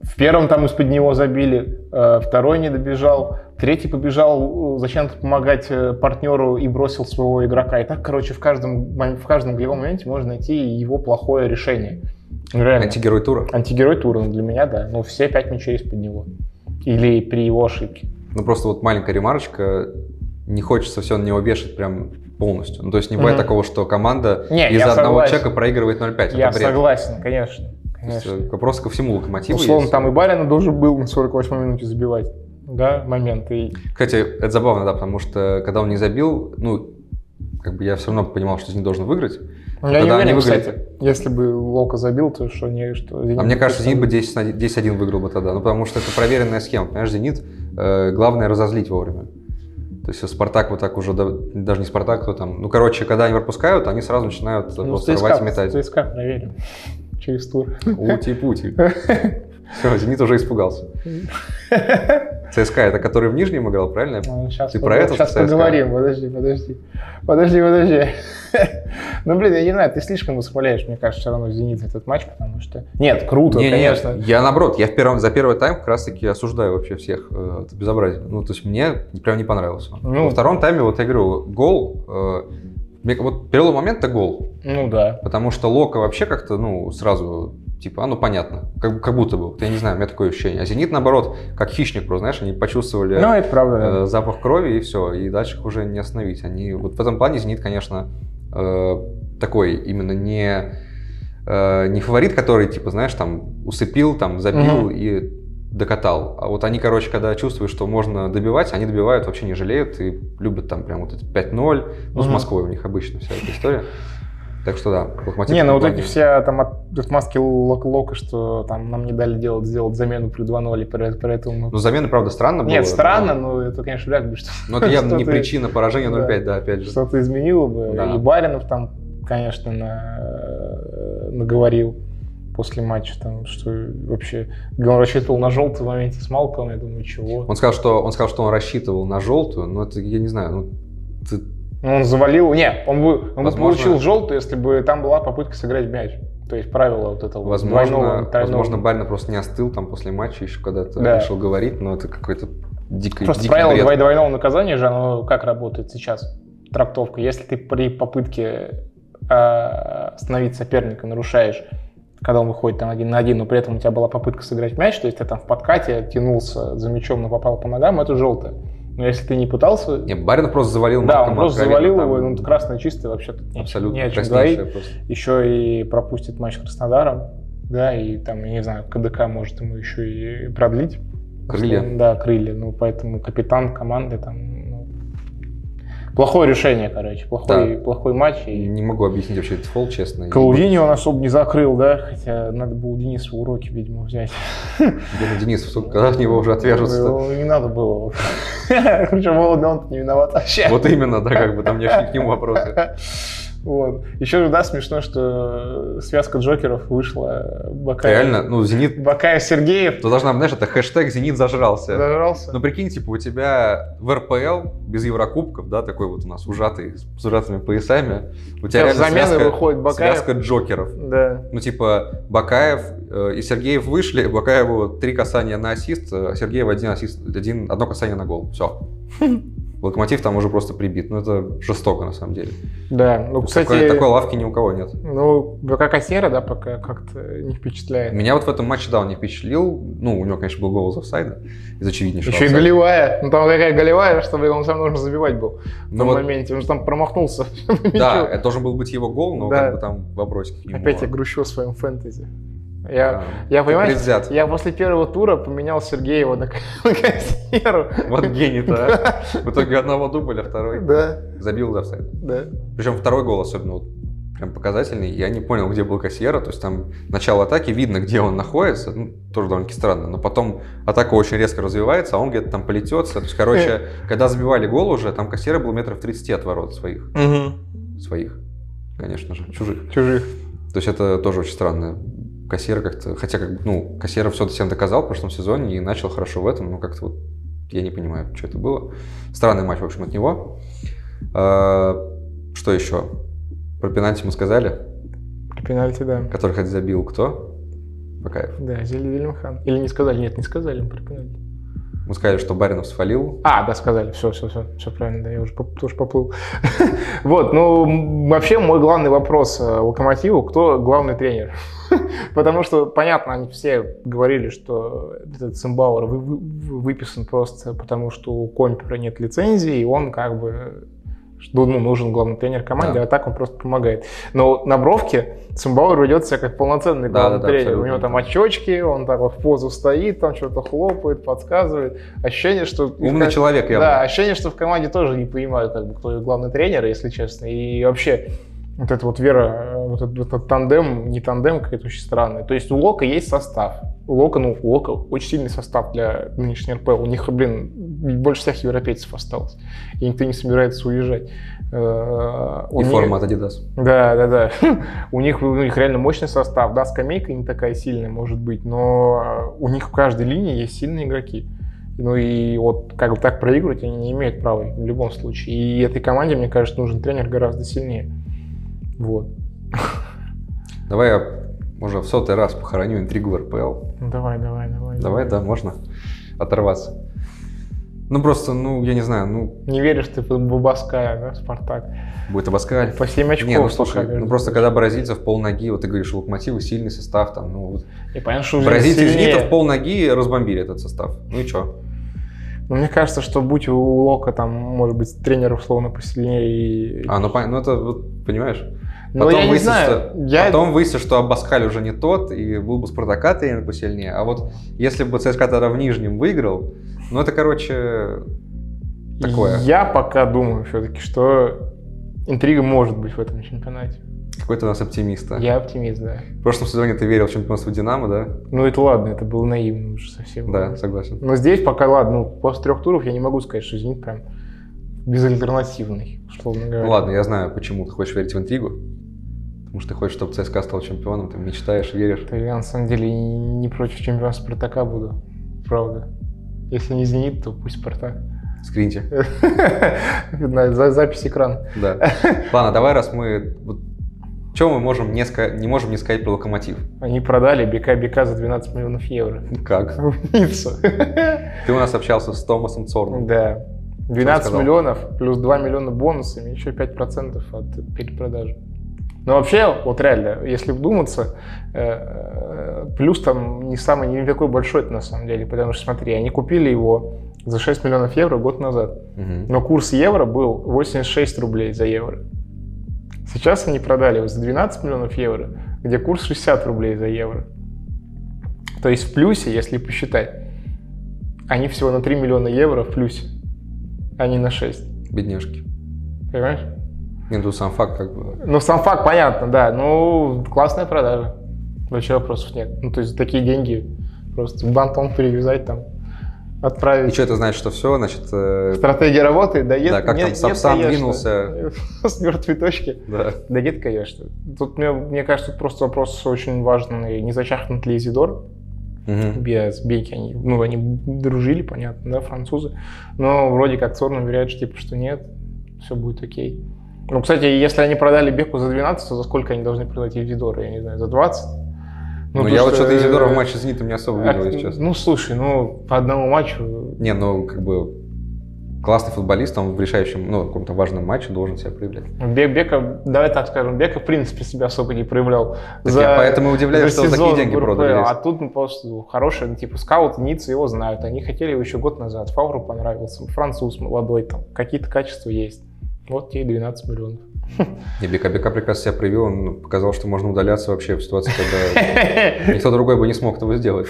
[SPEAKER 1] в первом там из-под него забили, э, второй не добежал, третий побежал э, зачем-то помогать э, партнеру и бросил своего игрока. И так, короче, в каждом, в каждом голевом моменте можно найти его плохое решение. Реально.
[SPEAKER 2] Антигерой тура.
[SPEAKER 1] Антигерой тура, ну, для меня, да. Ну, все пять мячей из-под него. Или при его ошибке.
[SPEAKER 2] Ну, просто вот маленькая ремарочка. Не хочется все на него вешать прям полностью. Ну, то есть не бывает
[SPEAKER 1] Мгм.
[SPEAKER 2] такого, что команда
[SPEAKER 1] Не, я
[SPEAKER 2] из-за одного
[SPEAKER 1] согласен.
[SPEAKER 2] человека проигрывает 0,5.
[SPEAKER 1] Я
[SPEAKER 2] Это бред.
[SPEAKER 1] согласен, конечно.
[SPEAKER 2] То есть,
[SPEAKER 1] конечно.
[SPEAKER 2] э, Вопрос ко всему локомотиву
[SPEAKER 1] Условно,
[SPEAKER 2] есть.
[SPEAKER 1] там и Барина должен был на 48 минуте забивать. Да, момент. И
[SPEAKER 2] Кстати, это забавно, да, потому что когда он не забил, ну, как бы я все равно понимал, что не должен выиграть.
[SPEAKER 1] Я
[SPEAKER 2] Когда
[SPEAKER 1] не уверен,
[SPEAKER 2] Ну, они выиграли-
[SPEAKER 1] кстати, если бы Лока забил, то что не что.
[SPEAKER 2] А мне кажется, Зенит бы 10 на 10 10-1 выиграл бы тогда. Ну, потому что это проверенная схема. Понимаешь, Зенит, э, главное разозлить вовремя. То есть э, Спартак вот так уже, да- даже не Спартак, кто там. Ну, короче, когда они пропускают, они сразу начинают э,
[SPEAKER 1] ну,
[SPEAKER 2] просто
[SPEAKER 1] ЦСКА,
[SPEAKER 2] рвать и метать.
[SPEAKER 1] ЦСКА проверим через тур.
[SPEAKER 2] Ути-пути. Все, Зенит уже испугался. ЦСКА, это который в Нижнем играл, правильно?
[SPEAKER 1] Сейчас,
[SPEAKER 2] Ты про это
[SPEAKER 1] сейчас
[SPEAKER 2] ЦСКА?
[SPEAKER 1] поговорим, подожди, подожди. Подожди, подожди. Ну, блин, я не знаю, ты слишком восхваляешь, мне кажется, все равно «Зенит» этот матч, потому что... Нет, круто,
[SPEAKER 2] Не, не,
[SPEAKER 1] конечно.
[SPEAKER 2] я наоборот, я в первом, за первый тайм как раз таки осуждаю вообще всех. э, Это безобразие. Ну, то есть мне прям не понравилось.
[SPEAKER 1] Ну.
[SPEAKER 2] Во втором тайме, вот я говорю, гол, э, мне- вот перелом момента гол,
[SPEAKER 1] Ну да.
[SPEAKER 2] потому что Лока вообще как-то, ну, сразу, типа, а ну понятно, как, как будто бы, Вот я не знаю, у меня такое ощущение. А Зенит, наоборот, как хищник, просто, знаешь, они почувствовали
[SPEAKER 1] Ну, это правда. да.
[SPEAKER 2] э, запах крови и все, и дальше их уже не остановить. Они вот в этом плане Зенит, конечно, э, такой именно не э, не фаворит, который типа знаешь там усыпил, там забил
[SPEAKER 1] Мгм.
[SPEAKER 2] и докатал. А вот они, короче, когда чувствуют, что можно добивать, они добивают, вообще не жалеют и любят там прям вот эти 5-0. Ну, с
[SPEAKER 1] Мгм.
[SPEAKER 2] Москвой у них обычно вся эта история. Так что да, локомотив.
[SPEAKER 1] Не,
[SPEAKER 2] в
[SPEAKER 1] ну
[SPEAKER 2] этом
[SPEAKER 1] вот эти
[SPEAKER 2] плане-
[SPEAKER 1] все там от- отмазки лока, лока, что там нам не дали делать, сделать замену при 2-0, про, этому мы
[SPEAKER 2] Ну, замены, правда, странно было.
[SPEAKER 1] Нет, странно,
[SPEAKER 2] но...
[SPEAKER 1] но это, конечно, вряд ли, что,
[SPEAKER 2] Но это явно
[SPEAKER 1] что
[SPEAKER 2] не
[SPEAKER 1] ты-
[SPEAKER 2] причина поражения 0-5, да, опять же.
[SPEAKER 1] что-то изменило бы.
[SPEAKER 2] Да.
[SPEAKER 1] И Баринов там, конечно, на- наговорил после матча, там, что вообще он рассчитывал на желтый в моменте с Малком, я думаю, чего.
[SPEAKER 2] Он сказал, что он сказал, что он рассчитывал на желтую, но это я не знаю. Ну, ты-
[SPEAKER 1] Ну, он завалил. Не, он бы, он бы
[SPEAKER 2] Возможно-
[SPEAKER 1] получил желтую, если бы там была попытка сыграть в мяч. То есть правило вот этого
[SPEAKER 2] возможно,
[SPEAKER 1] двойного, тройного.
[SPEAKER 2] возможно, Барина просто не остыл там после матча еще когда-то
[SPEAKER 1] Да.
[SPEAKER 2] решил говорить, но это какой-то дикий,
[SPEAKER 1] Просто
[SPEAKER 2] дикий
[SPEAKER 1] правило
[SPEAKER 2] бред.
[SPEAKER 1] двой- двойного наказания же, оно как работает сейчас? Трактовка. Если ты при попытке э, остановить соперника нарушаешь, когда он выходит там один на один, но при этом у тебя была попытка сыграть в мяч, то есть ты там в подкате тянулся за мячом, но попал по ногам, это желтое. Но если ты не пытался,
[SPEAKER 2] Не, Барина просто завалил
[SPEAKER 1] да,
[SPEAKER 2] Маркома
[SPEAKER 1] он просто
[SPEAKER 2] откровенно,
[SPEAKER 1] завалил
[SPEAKER 2] там,
[SPEAKER 1] его, ну, красное чистое вообще тут не-
[SPEAKER 2] Абсолютно
[SPEAKER 1] не о чем
[SPEAKER 2] краснейшее
[SPEAKER 1] говорить
[SPEAKER 2] просто.
[SPEAKER 1] еще и пропустит матч с Краснодаром, да, и там, я не знаю, КДК может ему еще и продлить.
[SPEAKER 2] Крылья.
[SPEAKER 1] Условно, Да, крылья. Ну, поэтому капитан команды там... ну, плохое решение, короче. Плохой, плохой матч. И...
[SPEAKER 2] Не могу объяснить вообще этот фол, честно.
[SPEAKER 1] Калудини он особо не закрыл, да, хотя надо было Денису уроки, видимо, взять.
[SPEAKER 2] Бедный Денис, сука, когда от него уже отвяжутся.
[SPEAKER 1] Его Не надо было. Причем молодой он не виноват вообще.
[SPEAKER 2] Вот именно, да, как бы там у меня к нему вопросы.
[SPEAKER 1] Вот. Еще же, да, смешно, что связка Джокеров вышла. Бакаев,
[SPEAKER 2] Реально, ну, Зенит,
[SPEAKER 1] Бакаев Сергеев
[SPEAKER 2] то должна, знаешь, это хэштег «Зенит зажрался».
[SPEAKER 1] зажрался.
[SPEAKER 2] Ну прикинь, типа у тебя в РПЛ без Еврокубков, да, такой вот у нас ужатый, с ужатыми поясами, у тебя
[SPEAKER 1] Сейчас
[SPEAKER 2] реально
[SPEAKER 1] замены
[SPEAKER 2] связка,
[SPEAKER 1] выходит Бакаев.
[SPEAKER 2] связка джокеров.
[SPEAKER 1] Да.
[SPEAKER 2] Ну типа Бакаев э, и Сергеев вышли, Бакаеву три касания на ассист, э, Сергеев один ассист, один, одно касание на гол, все. Локомотив там уже просто прибит. Ну, это жестоко, на самом деле.
[SPEAKER 1] Да. Ну,
[SPEAKER 2] То есть
[SPEAKER 1] кстати,
[SPEAKER 2] такой, такой лавки ни у кого нет.
[SPEAKER 1] ну, БК Кассера, да, пока как-то не впечатляет.
[SPEAKER 2] Меня вот в этом матче, да, он не впечатлил. Ну, у него, конечно, был гол из офсайда, из очевиднейшего
[SPEAKER 1] Еще и
[SPEAKER 2] офсайда.
[SPEAKER 1] голевая. Ну, там такая голевая, что он сам нужно забивать был
[SPEAKER 2] Ну,
[SPEAKER 1] в
[SPEAKER 2] вот,
[SPEAKER 1] моменте. Он же там промахнулся.
[SPEAKER 2] да, это должен был быть его гол, но
[SPEAKER 1] Ну, Да.
[SPEAKER 2] как бы там вопросики к нему.
[SPEAKER 1] Опять я грущу о своем фэнтези. Я,
[SPEAKER 2] а, Да.
[SPEAKER 1] я понимаю,
[SPEAKER 2] Предвзят.
[SPEAKER 1] я после первого тура поменял Сергеева на, к- на кассиру.
[SPEAKER 2] Вот гений-то, а. В итоге одного дубля, второй
[SPEAKER 1] Да,
[SPEAKER 2] забил за офсайд.
[SPEAKER 1] да.
[SPEAKER 2] Причем второй гол особенно вот прям показательный. Я не понял, где был Кассиера. То есть там начало атаки, видно, где он находится. Ну, тоже довольно-таки странно. Но потом атака очень резко развивается, а он где-то там полетется. То есть, короче,
[SPEAKER 1] Э.
[SPEAKER 2] когда забивали гол уже, там Кассиера был метров 30 от ворот своих. Своих, конечно же, чужих.
[SPEAKER 1] Чужих.
[SPEAKER 2] То есть это тоже очень странно. Кассира как-то... Хотя, как, бы, ну, Кассира все всем доказал в прошлом сезоне и начал хорошо в этом, но как-то вот я не понимаю, что это было. Странный матч, в общем, от него. А, что еще? Про пенальти мы сказали,
[SPEAKER 1] Пенальти, да.
[SPEAKER 2] который, кстати, забил кто? Бакаев.
[SPEAKER 1] Да, Зелли Вильямхан. Или не сказали? Нет, не сказали им про пенальти.
[SPEAKER 2] Мы сказали, что Баринов свалил.
[SPEAKER 1] А, да, сказали. Все, все, все, все правильно, да, я уже поп- тоже поплыл. Вот, ну, м, вообще мой главный вопрос э, Локомотиву, кто главный тренер? Потому что, понятно, они все говорили, что этот Цимбауэр вы- вы- выписан просто потому, что у Компера нет лицензии, и он как бы что, ну, нужен главный тренер команде,
[SPEAKER 2] Да.
[SPEAKER 1] а так он просто помогает. Но на бровке Цимбауэр ведет себя как полноценный
[SPEAKER 2] Да,
[SPEAKER 1] главный
[SPEAKER 2] да, да,
[SPEAKER 1] тренер. У
[SPEAKER 2] абсолютно.
[SPEAKER 1] него там очечки, он так вот в позу стоит, там что-то хлопает, подсказывает. Ощущение, что...
[SPEAKER 2] Умный человек, я
[SPEAKER 1] Да, ощущение, что в команде тоже не понимают, как бы, кто её главный тренер, если честно. И вообще, вот эта вот вера, э, вот этот, этот тандем, не тандем, какая-то очень странная. То есть у Лока есть состав. У Лока, ну, у Лока очень сильный состав для нынешней РП. У них, блин, больше всех европейцев осталось. И никто не собирается уезжать. Э, у
[SPEAKER 2] И
[SPEAKER 1] них-
[SPEAKER 2] форма от Adidas.
[SPEAKER 1] да, да, да. У них, у них реально мощный состав. Да, скамейка не такая сильная, может быть, но а, у них в каждой линии есть сильные игроки. Ну и вот как бы так проигрывать они не имеют права в любом случае. И этой команде, мне кажется, нужен тренер гораздо сильнее. Вот.
[SPEAKER 2] Давай я уже в сотый раз похороню интригу РПЛ.
[SPEAKER 1] Ну, давай, давай, давай.
[SPEAKER 2] Давай, да, можно оторваться. Ну просто, ну, я не знаю, ну,
[SPEAKER 1] Не веришь ты в Бабаская, да, Спартак?
[SPEAKER 2] будет Абаскаль.
[SPEAKER 1] По 7 очков.
[SPEAKER 2] Не, ну
[SPEAKER 1] пока,
[SPEAKER 2] слушай, ну
[SPEAKER 1] между
[SPEAKER 2] просто
[SPEAKER 1] прочим.
[SPEAKER 2] когда бразильцев пол ноги, вот ты говоришь, у локомотива сильный состав, там, ну вот.
[SPEAKER 1] И понятно, что уже
[SPEAKER 2] Бразильцы
[SPEAKER 1] сильнее.
[SPEAKER 2] Зенита в пол ноги разбомбили этот состав. Ну и что?
[SPEAKER 1] Но Ну, мне кажется, что будь у Лока там, может быть, тренер условно посильнее и...
[SPEAKER 2] А, ну, пон- ну это, вот, понимаешь?
[SPEAKER 1] Но я не
[SPEAKER 2] выяснится,
[SPEAKER 1] знаю.
[SPEAKER 2] что-
[SPEAKER 1] Я-
[SPEAKER 2] потом выяснится, что Абаскаль уже не тот, и был бы Спартака тренер посильнее. А вот если бы ЦСКА тогда в Нижнем выиграл, ну это, короче, такое.
[SPEAKER 1] Я пока думаю все-таки, что интрига может быть в этом чемпионате.
[SPEAKER 2] какой-то у нас оптимиста.
[SPEAKER 1] Я оптимист, да.
[SPEAKER 2] В прошлом сезоне ты верил в чемпионство Динамо, да?
[SPEAKER 1] Ну это ладно, это было наивно уже совсем.
[SPEAKER 2] Да, согласен.
[SPEAKER 1] Но здесь пока ладно, ну, после трех туров я не могу сказать, что Зенит прям безальтернативный, условно говоря.
[SPEAKER 2] Ну ладно, я знаю, почему ты хочешь верить в интригу. Потому что ты хочешь, чтобы ЦСКА стал чемпионом, ты мечтаешь, веришь.
[SPEAKER 1] То я на самом деле не против чемпиона Спартака буду, правда. Если не Зенит, то пусть Спартак.
[SPEAKER 2] Скриньте.
[SPEAKER 1] На за- запись экрана.
[SPEAKER 2] Да. Ладно, давай, раз мы... Вот, чем мы можем не, ска- не можем не сказать про локомотив?
[SPEAKER 1] Они продали БК-БК за 12 миллионов евро.
[SPEAKER 2] Как?
[SPEAKER 1] В Ниццу.
[SPEAKER 2] Ты у нас общался с Томасом Цорном.
[SPEAKER 1] Да.
[SPEAKER 2] он
[SPEAKER 1] 12
[SPEAKER 2] сказал?
[SPEAKER 1] миллионов плюс 2 миллиона бонусами, еще 5% от перепродажи. Но вообще, вот реально, если вдуматься, э, э, плюс там не самый, не такой большой это на самом деле, потому что, смотри, они купили его за 6 миллионов евро год назад,
[SPEAKER 2] Мгм.
[SPEAKER 1] но курс евро был 86 рублей за евро. Сейчас они продали его за 12 миллионов евро, где курс 60 рублей за евро. То есть в плюсе, если посчитать, они всего на 3 миллиона евро в плюсе, а не на 6.
[SPEAKER 2] Бедняжки.
[SPEAKER 1] Понимаешь?
[SPEAKER 2] Не, ну сам факт как бы...
[SPEAKER 1] Ну, сам факт понятно, да. Ну, классная продажа. Вообще вопросов нет. Ну, то есть за такие деньги просто бантон перевязать там,
[SPEAKER 2] И
[SPEAKER 1] отправить.
[SPEAKER 2] что это значит, что все, значит... э,
[SPEAKER 1] Стратегия работает, да, нет,
[SPEAKER 2] Да, как там
[SPEAKER 1] нет,
[SPEAKER 2] Сапсан
[SPEAKER 1] конечно.
[SPEAKER 2] двинулся?
[SPEAKER 1] С мертвой точки.
[SPEAKER 2] да.
[SPEAKER 1] Да нет, конечно. Тут, мне, мне кажется, тут просто вопрос очень важный. Не зачахнут ли Изидор?
[SPEAKER 2] Мгм.
[SPEAKER 1] Без Бейки они, ну, они дружили, понятно, да, французы. Но вроде как Цорн уверяет, что, типа, что нет, все будет окей. Ну, кстати, если они продали Беку за 12, то за сколько они должны продать Изидора? Я не знаю, за 20?
[SPEAKER 2] Ну,
[SPEAKER 1] потому
[SPEAKER 2] я вот что-то
[SPEAKER 1] э,
[SPEAKER 2] Изидора в матче с Нитом не особо видел,
[SPEAKER 1] а,
[SPEAKER 2] если честно.
[SPEAKER 1] Ну, слушай, ну, по одному матчу...
[SPEAKER 2] Не, ну как бы классный футболист, он в решающем, ну, каком-то важном матче должен себя проявлять.
[SPEAKER 1] Бе- Бека, давай так скажем, Бека, в принципе, себя особо не проявлял.
[SPEAKER 2] Так я поэтому и удивляюсь,
[SPEAKER 1] За
[SPEAKER 2] что за такие
[SPEAKER 1] сезон
[SPEAKER 2] деньги
[SPEAKER 1] в РПЛ,
[SPEAKER 2] продали.
[SPEAKER 1] А тут ну, просто ну, хорошие, ну, типа скаут, Ницца его знают. Они хотели его еще год назад. Фавру понравился, француз молодой, там какие-то качества есть. Вот тебе и 12 миллионов.
[SPEAKER 2] И Бека Бека прекрасно себя проявил, он показал, что можно удаляться вообще в ситуации, когда никто другой бы не смог этого сделать.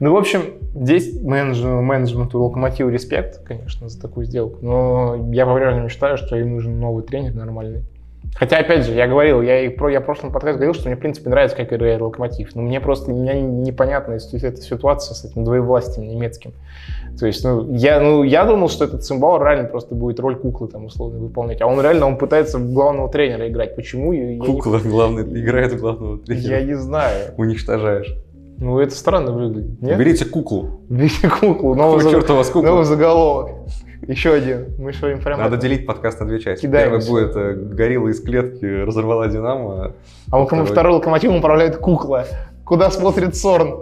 [SPEAKER 1] Ну, в общем, здесь менедж- менеджменту Локомотива респект, конечно, за такую сделку. Но я по-прежнему считаю, что им нужен новый тренер нормальный. Хотя, опять же, я говорил, я, и про, я в прошлом подкасте говорил, что мне, в принципе, нравится, как играет Локомотив. Но мне просто меня непонятна эс- эта ситуация с этим двоевластием немецким. То есть, ну, я, ну, я думал, что этот Цимбал реально просто будет роль куклы там условно выполнять. А он реально, он пытается в главного тренера играть. Почему? Я- я не-
[SPEAKER 2] Кукла главный, играет в главного
[SPEAKER 1] Я
[SPEAKER 2] тренера.
[SPEAKER 1] не знаю.
[SPEAKER 2] Уничтожаешь.
[SPEAKER 1] Ну, это странно выглядит, нет?
[SPEAKER 2] Берите куклу.
[SPEAKER 1] Бери куклу,
[SPEAKER 2] Какого
[SPEAKER 1] новый, за-
[SPEAKER 2] черта у вас кукла?
[SPEAKER 1] новый Ну, заголовок. Еще один. Мы что, им прямо...
[SPEAKER 2] Надо делить подкаст на две части.
[SPEAKER 1] Кидаемся.
[SPEAKER 2] Первый будет э, «Горилла из клетки разорвала Динамо».
[SPEAKER 1] А локомо-
[SPEAKER 2] второй.
[SPEAKER 1] второй локомотив управляет кукла. Куда смотрит Сорн?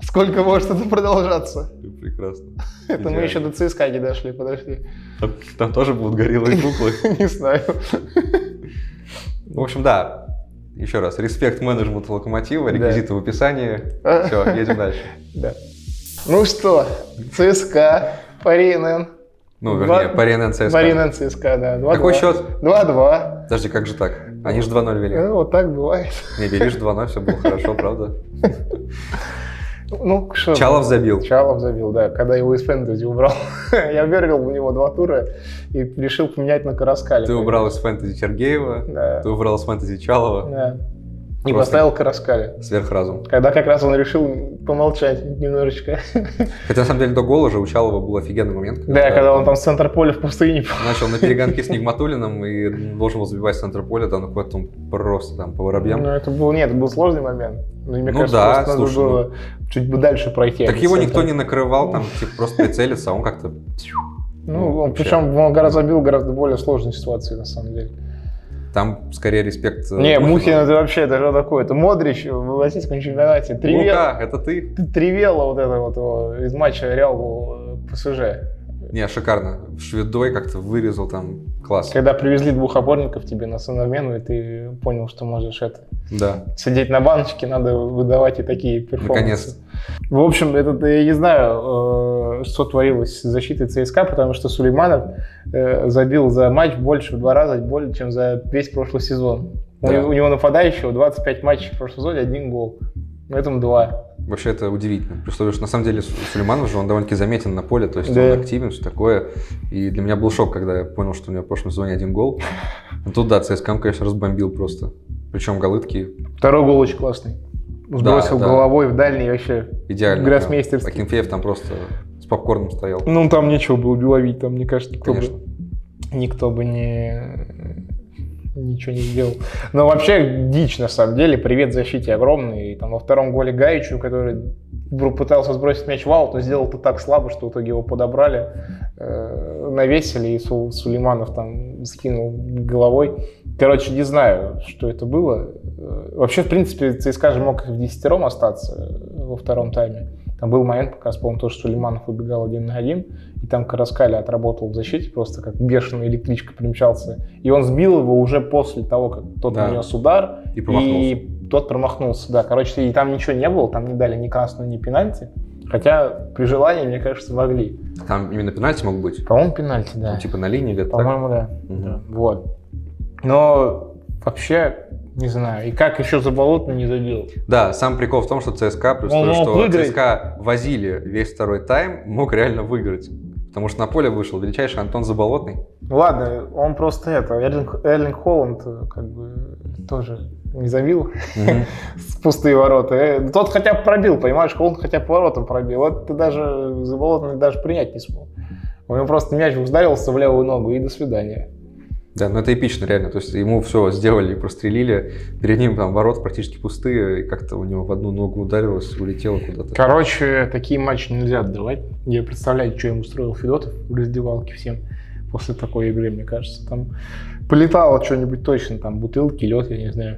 [SPEAKER 1] Сколько может это продолжаться?
[SPEAKER 2] Прекрасно.
[SPEAKER 1] Это
[SPEAKER 2] Идеально.
[SPEAKER 1] мы еще до ЦСКА не дошли, подожди.
[SPEAKER 2] Там, там тоже будут гориллы и куклы. Ну,
[SPEAKER 1] Не знаю.
[SPEAKER 2] В общем, да. Еще раз, респект менеджменту локомотива,
[SPEAKER 1] Да.
[SPEAKER 2] реквизиты в описании. Все, едем дальше.
[SPEAKER 1] Да. Ну что, ЦСКА, Паринен.
[SPEAKER 2] Ну,
[SPEAKER 1] Два-
[SPEAKER 2] вернее, парень НЦСКА.
[SPEAKER 1] Паринен, ЦСКА, да. 2-2.
[SPEAKER 2] Какой счет?
[SPEAKER 1] 2-2.
[SPEAKER 2] Подожди, как же так? Они же 2-0
[SPEAKER 1] Ну,
[SPEAKER 2] вели.
[SPEAKER 1] вот так бывает.
[SPEAKER 2] Не, бери же 2-0, все было хорошо, правда?
[SPEAKER 1] Ну, что?
[SPEAKER 2] Чалов забил.
[SPEAKER 1] Чалов забил, да, когда его из фэнтези убрал. Я верил в него два тура и решил поменять на Караскаля.
[SPEAKER 2] Ты убрал из фэнтези Сергеева,
[SPEAKER 1] Да.
[SPEAKER 2] ты убрал из фэнтези Чалова.
[SPEAKER 1] Да. И
[SPEAKER 2] Просто-
[SPEAKER 1] поставил Караскаля.
[SPEAKER 2] Сверхразум.
[SPEAKER 1] Когда как раз он решил помолчать немножечко.
[SPEAKER 2] Хотя, на самом деле, до гола же у Чалова был офигенный момент.
[SPEAKER 1] Да, когда он там с центра поля в пустыне.
[SPEAKER 2] начал на перегонке с Нигматулиным и должен был забивать с центра поля, там какой-то он просто там по воробьям.
[SPEAKER 1] Ну, это был, нет, это был сложный момент. Ну, и мне
[SPEAKER 2] Ну
[SPEAKER 1] кажется,
[SPEAKER 2] да,
[SPEAKER 1] просто надо
[SPEAKER 2] слушай, ну-
[SPEAKER 1] было чуть бы дальше пройти.
[SPEAKER 2] так
[SPEAKER 1] а
[SPEAKER 2] его
[SPEAKER 1] с
[SPEAKER 2] никто
[SPEAKER 1] центра.
[SPEAKER 2] не накрывал, там типа, просто прицелится, а он как-то...
[SPEAKER 1] Ну, он,
[SPEAKER 2] вообще.
[SPEAKER 1] причем он гораздо забил гораздо более сложные ситуации, на самом деле.
[SPEAKER 2] Там скорее респект... э,
[SPEAKER 1] не,
[SPEAKER 2] Мухину.
[SPEAKER 1] Мухин это вообще, это же такое. Это Модрич в российском чемпионате.
[SPEAKER 2] Ну
[SPEAKER 1] Три ве-
[SPEAKER 2] Лука, это ты?
[SPEAKER 1] Тривела вот это вот его из матча Реал э, ПСЖ.
[SPEAKER 2] Не, шикарно. Шведой как-то вырезал там класс.
[SPEAKER 1] Когда привезли двух опорников тебе на замену, и ты понял, что можешь это
[SPEAKER 2] Да.
[SPEAKER 1] сидеть на баночке, надо выдавать и такие перформансы.
[SPEAKER 2] Наконец.
[SPEAKER 1] В общем, это, я не знаю, э, что творилось с защитой ЦСКА, потому что Сулейманов э, забил за матч больше в два раза, более, чем за весь прошлый сезон. У,
[SPEAKER 2] Да.
[SPEAKER 1] него- у него нападающего 25 матчей в прошлом сезоне, один гол. В этом два.
[SPEAKER 2] Вообще это удивительно. При условии, что на самом деле Су- Сулейманов же, он довольно-таки заметен на поле, то есть
[SPEAKER 1] Да.
[SPEAKER 2] он активен, все такое. И для меня был шок, когда я понял, что у него в прошлом сезоне один гол. Но тут, да, ЦСКА, он, конечно, разбомбил просто. Причем голы такие
[SPEAKER 1] Второй гол очень классный. Сбросил
[SPEAKER 2] да.
[SPEAKER 1] головой в дальний вообще
[SPEAKER 2] Идеально.
[SPEAKER 1] Гроссмейстерский.
[SPEAKER 2] А Акинфеев там просто с попкорном стоял.
[SPEAKER 1] Ну, там нечего было бы ловить, там, мне кажется, никто, бы,
[SPEAKER 2] Конечно.
[SPEAKER 1] никто бы не ничего не сделал. Но вообще дичь, на самом деле. Привет защите огромный. И там во втором голе Гаичу, который бру- пытался сбросить мяч в аут, но сделал это так слабо, что в итоге его подобрали, э, навесили, и Су- Сулейманов там скинул головой. Короче, не знаю, что это было. Э, Вообще, в принципе, ЦСКА же мог в десятером остаться э, во втором тайме. Там был момент, как раз, по-моему, то, что Сулейманов убегал один на один, и там Караскаля отработал в защите, просто как бешеная электричка примчался. И он сбил его уже после того, как тот
[SPEAKER 2] Да.
[SPEAKER 1] нанес удар,
[SPEAKER 2] И промахнулся.
[SPEAKER 1] и тот промахнулся, да. Короче, и там ничего не было, там не дали ни красную, ни пенальти. Хотя при желании, мне кажется, могли.
[SPEAKER 2] Там именно пенальти мог быть.
[SPEAKER 1] По-моему, пенальти, да.
[SPEAKER 2] Ну, типа на линии где-то так.
[SPEAKER 1] По-моему, да.
[SPEAKER 2] Мгм.
[SPEAKER 1] Да. Вот. Но вообще, не знаю, и как еще за болотно не забил.
[SPEAKER 2] Да, сам прикол в том, что ЦСКА, при
[SPEAKER 1] Он
[SPEAKER 2] условии,
[SPEAKER 1] мог
[SPEAKER 2] что
[SPEAKER 1] выиграть.
[SPEAKER 2] ЦСКА возили весь второй тайм, мог реально выиграть. Потому что на поле вышел величайший Антон Заболотный.
[SPEAKER 1] Ладно, он просто это, Эрлинг, Эрлинг Холланд э, как бы тоже не забил в пустые ворота. Э, Тот хотя бы пробил, понимаешь, Холланд хотя бы воротом пробил. Вот ты даже Заболотный даже принять не смог. У него просто мяч ударился в левую ногу и до свидания.
[SPEAKER 2] Да, ну это эпично реально. То есть ему все сделали, прострелили. Перед ним там ворота практически пустые. И как-то у него в одну ногу ударилось, улетело куда-то.
[SPEAKER 1] Короче, такие матчи нельзя отдавать. Я представляю, что им устроил Федотов в раздевалке всем после такой игры, мне кажется. Там полетало что-нибудь точно, там бутылки, лед, я не знаю.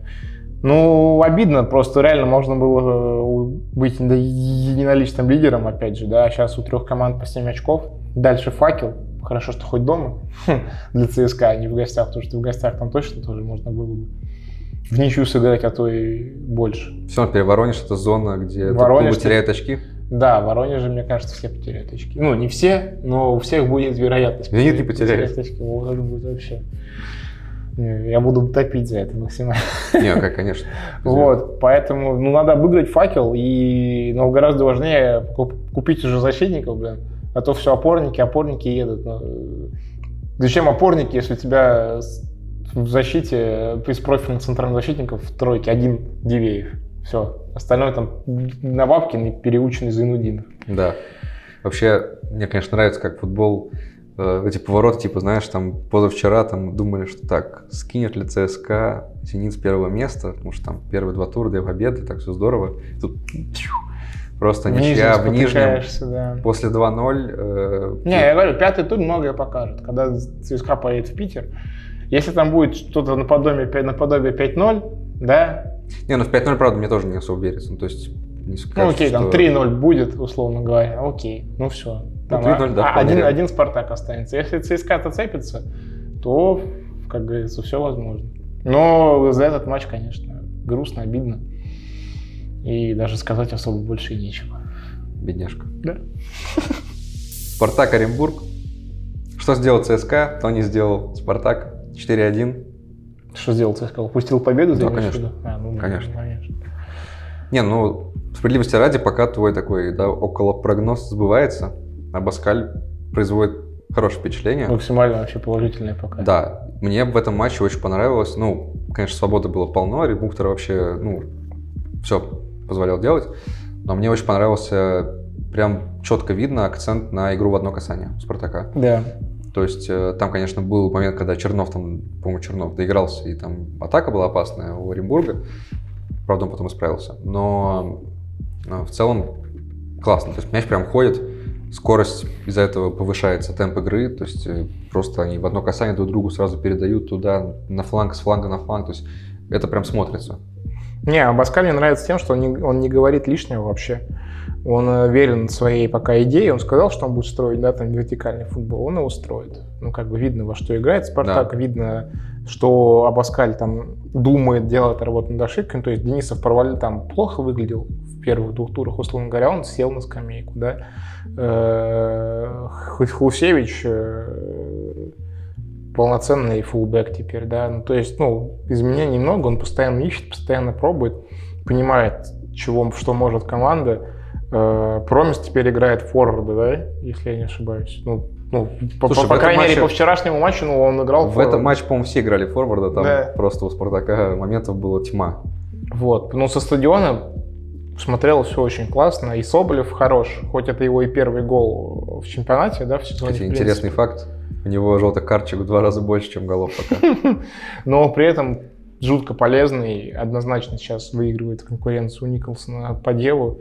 [SPEAKER 1] Ну, обидно, просто реально можно было э, у- быть да, единоличным лидером, опять же, да, сейчас у трех команд по 7 очков, дальше факел, хорошо, что хоть дома для ЦСКА, а не в гостях, потому что в гостях там точно тоже можно было бы в ничью сыграть, а то и больше.
[SPEAKER 2] Все, теперь Воронеж это зона, где
[SPEAKER 1] Воронеж,
[SPEAKER 2] клубы теряют очки.
[SPEAKER 1] Да, в Воронеже, мне кажется, все потеряют очки. Ну, не все, но у всех будет вероятность.
[SPEAKER 2] Зенит не
[SPEAKER 1] потерять-
[SPEAKER 2] потеряет.
[SPEAKER 1] потерять очки. Вот это будет вообще. Не, Я буду топить за это максимально.
[SPEAKER 2] Не, как, конечно.
[SPEAKER 1] Вот, поэтому ну, надо обыграть факел, и, но гораздо важнее куп- купить уже защитников, блин. А то все опорники, опорники едут. ну, э, Зачем опорники, если у тебя с- в защите, э, из профильных центральных защитников в тройке один Дивеев. Все. Остальное там Навабкин и переученный Зайнудинов.
[SPEAKER 2] Да. Вообще, мне, конечно, нравится, как футбол, э, эти повороты, типа, знаешь, там позавчера там думали, что так, скинет ли ЦСКА «Зенит» с первого места, потому что там первые два тура, две победы, так все здорово. Тут тьфу, просто ничья в Нижнем.
[SPEAKER 1] спотыкаешься, да.
[SPEAKER 2] После 2-0... э,
[SPEAKER 1] Не, я говорю, пятый тур многое покажет. Когда ЦСКА поедет в Питер, если там будет что-то наподобие, пя- наподобие 5-0, да,
[SPEAKER 2] Не, ну в 5-0, правда, мне тоже не особо верится. Ну, то есть, не
[SPEAKER 1] ну
[SPEAKER 2] скажешь,
[SPEAKER 1] окей, там
[SPEAKER 2] что-
[SPEAKER 1] 3-0 будет, условно говоря, окей, ну все. Там,
[SPEAKER 2] 3:0, да,
[SPEAKER 1] а- а
[SPEAKER 2] вполне
[SPEAKER 1] один,
[SPEAKER 2] реально.
[SPEAKER 1] один Спартак останется. Если ЦСКА зацепится, то, как говорится, все возможно. Но за этот матч, конечно, грустно, обидно. И даже сказать особо больше и нечего.
[SPEAKER 2] Бедняжка.
[SPEAKER 1] Да.
[SPEAKER 2] Спартак Оренбург. Что сделал ЦСКА, то не сделал Спартак. 4-1.
[SPEAKER 1] Что сделал ЦСКА? Упустил победу? ты
[SPEAKER 2] Да,
[SPEAKER 1] имеешь в
[SPEAKER 2] конечно.
[SPEAKER 1] виду? А, ну,
[SPEAKER 2] Конечно. Не, ну, справедливости ради, пока твой такой, да, около прогноз сбывается, а Баскаль производит хорошее впечатление.
[SPEAKER 1] Максимально вообще положительное пока.
[SPEAKER 2] Да, мне в этом матче очень понравилось. Ну, конечно, свободы было полно, Ребухтер вообще, ну, все позволял делать. Но мне очень понравился, прям четко видно акцент на игру в одно касание у Спартака.
[SPEAKER 1] Да.
[SPEAKER 2] То есть э, там, конечно, был момент, когда Чернов там, по-моему, Чернов доигрался, и там атака была опасная у Оренбурга. Правда, он потом исправился. Но э, в целом классно. То есть мяч прям ходит, скорость из-за этого повышается, темп игры. То есть э, просто они в одно касание друг другу сразу передают туда, на фланг, с фланга на фланг. То есть это прям смотрится.
[SPEAKER 1] Не, Абаскаль мне нравится тем, что он не, он не говорит лишнего вообще. Он э, верен своей пока идее. Он сказал, что он будет строить, да, там, вертикальный футбол. Он его строит. Ну, как бы видно, во что играет Спартак. Видно, что Абаскаль там думает, делает работу над ошибками. То есть Денисов провалил там плохо выглядел в первых двух турах, условно говоря. Он сел на скамейку, да. Э, Ху- Хлусевич э, полноценный фулбэк теперь, да. Ну, то есть, ну, изменений много, он постоянно ищет, постоянно пробует, понимает, чего, что может команда. Э, Промис теперь играет форварда, да, если я не ошибаюсь. Ну, ну, по, по
[SPEAKER 2] Слушай, в этом
[SPEAKER 1] крайней мере,
[SPEAKER 2] матче-
[SPEAKER 1] по вчерашнему матчу ну, он играл
[SPEAKER 2] В
[SPEAKER 1] форварда.
[SPEAKER 2] этом матче, по-моему, все играли форварда, там
[SPEAKER 1] Да.
[SPEAKER 2] просто у Спартака моментов была тьма.
[SPEAKER 1] Вот. Ну, со стадиона смотрел все очень классно. И Соболев хорош, хоть это его и первый гол в чемпионате, да, в сезоне.
[SPEAKER 2] Кстати,
[SPEAKER 1] Ну, в принципе.
[SPEAKER 2] интересный факт. У него желтых карточек в два раза больше, чем голов пока.
[SPEAKER 1] но при этом жутко полезный, однозначно сейчас выигрывает конкуренцию у Николсона по делу,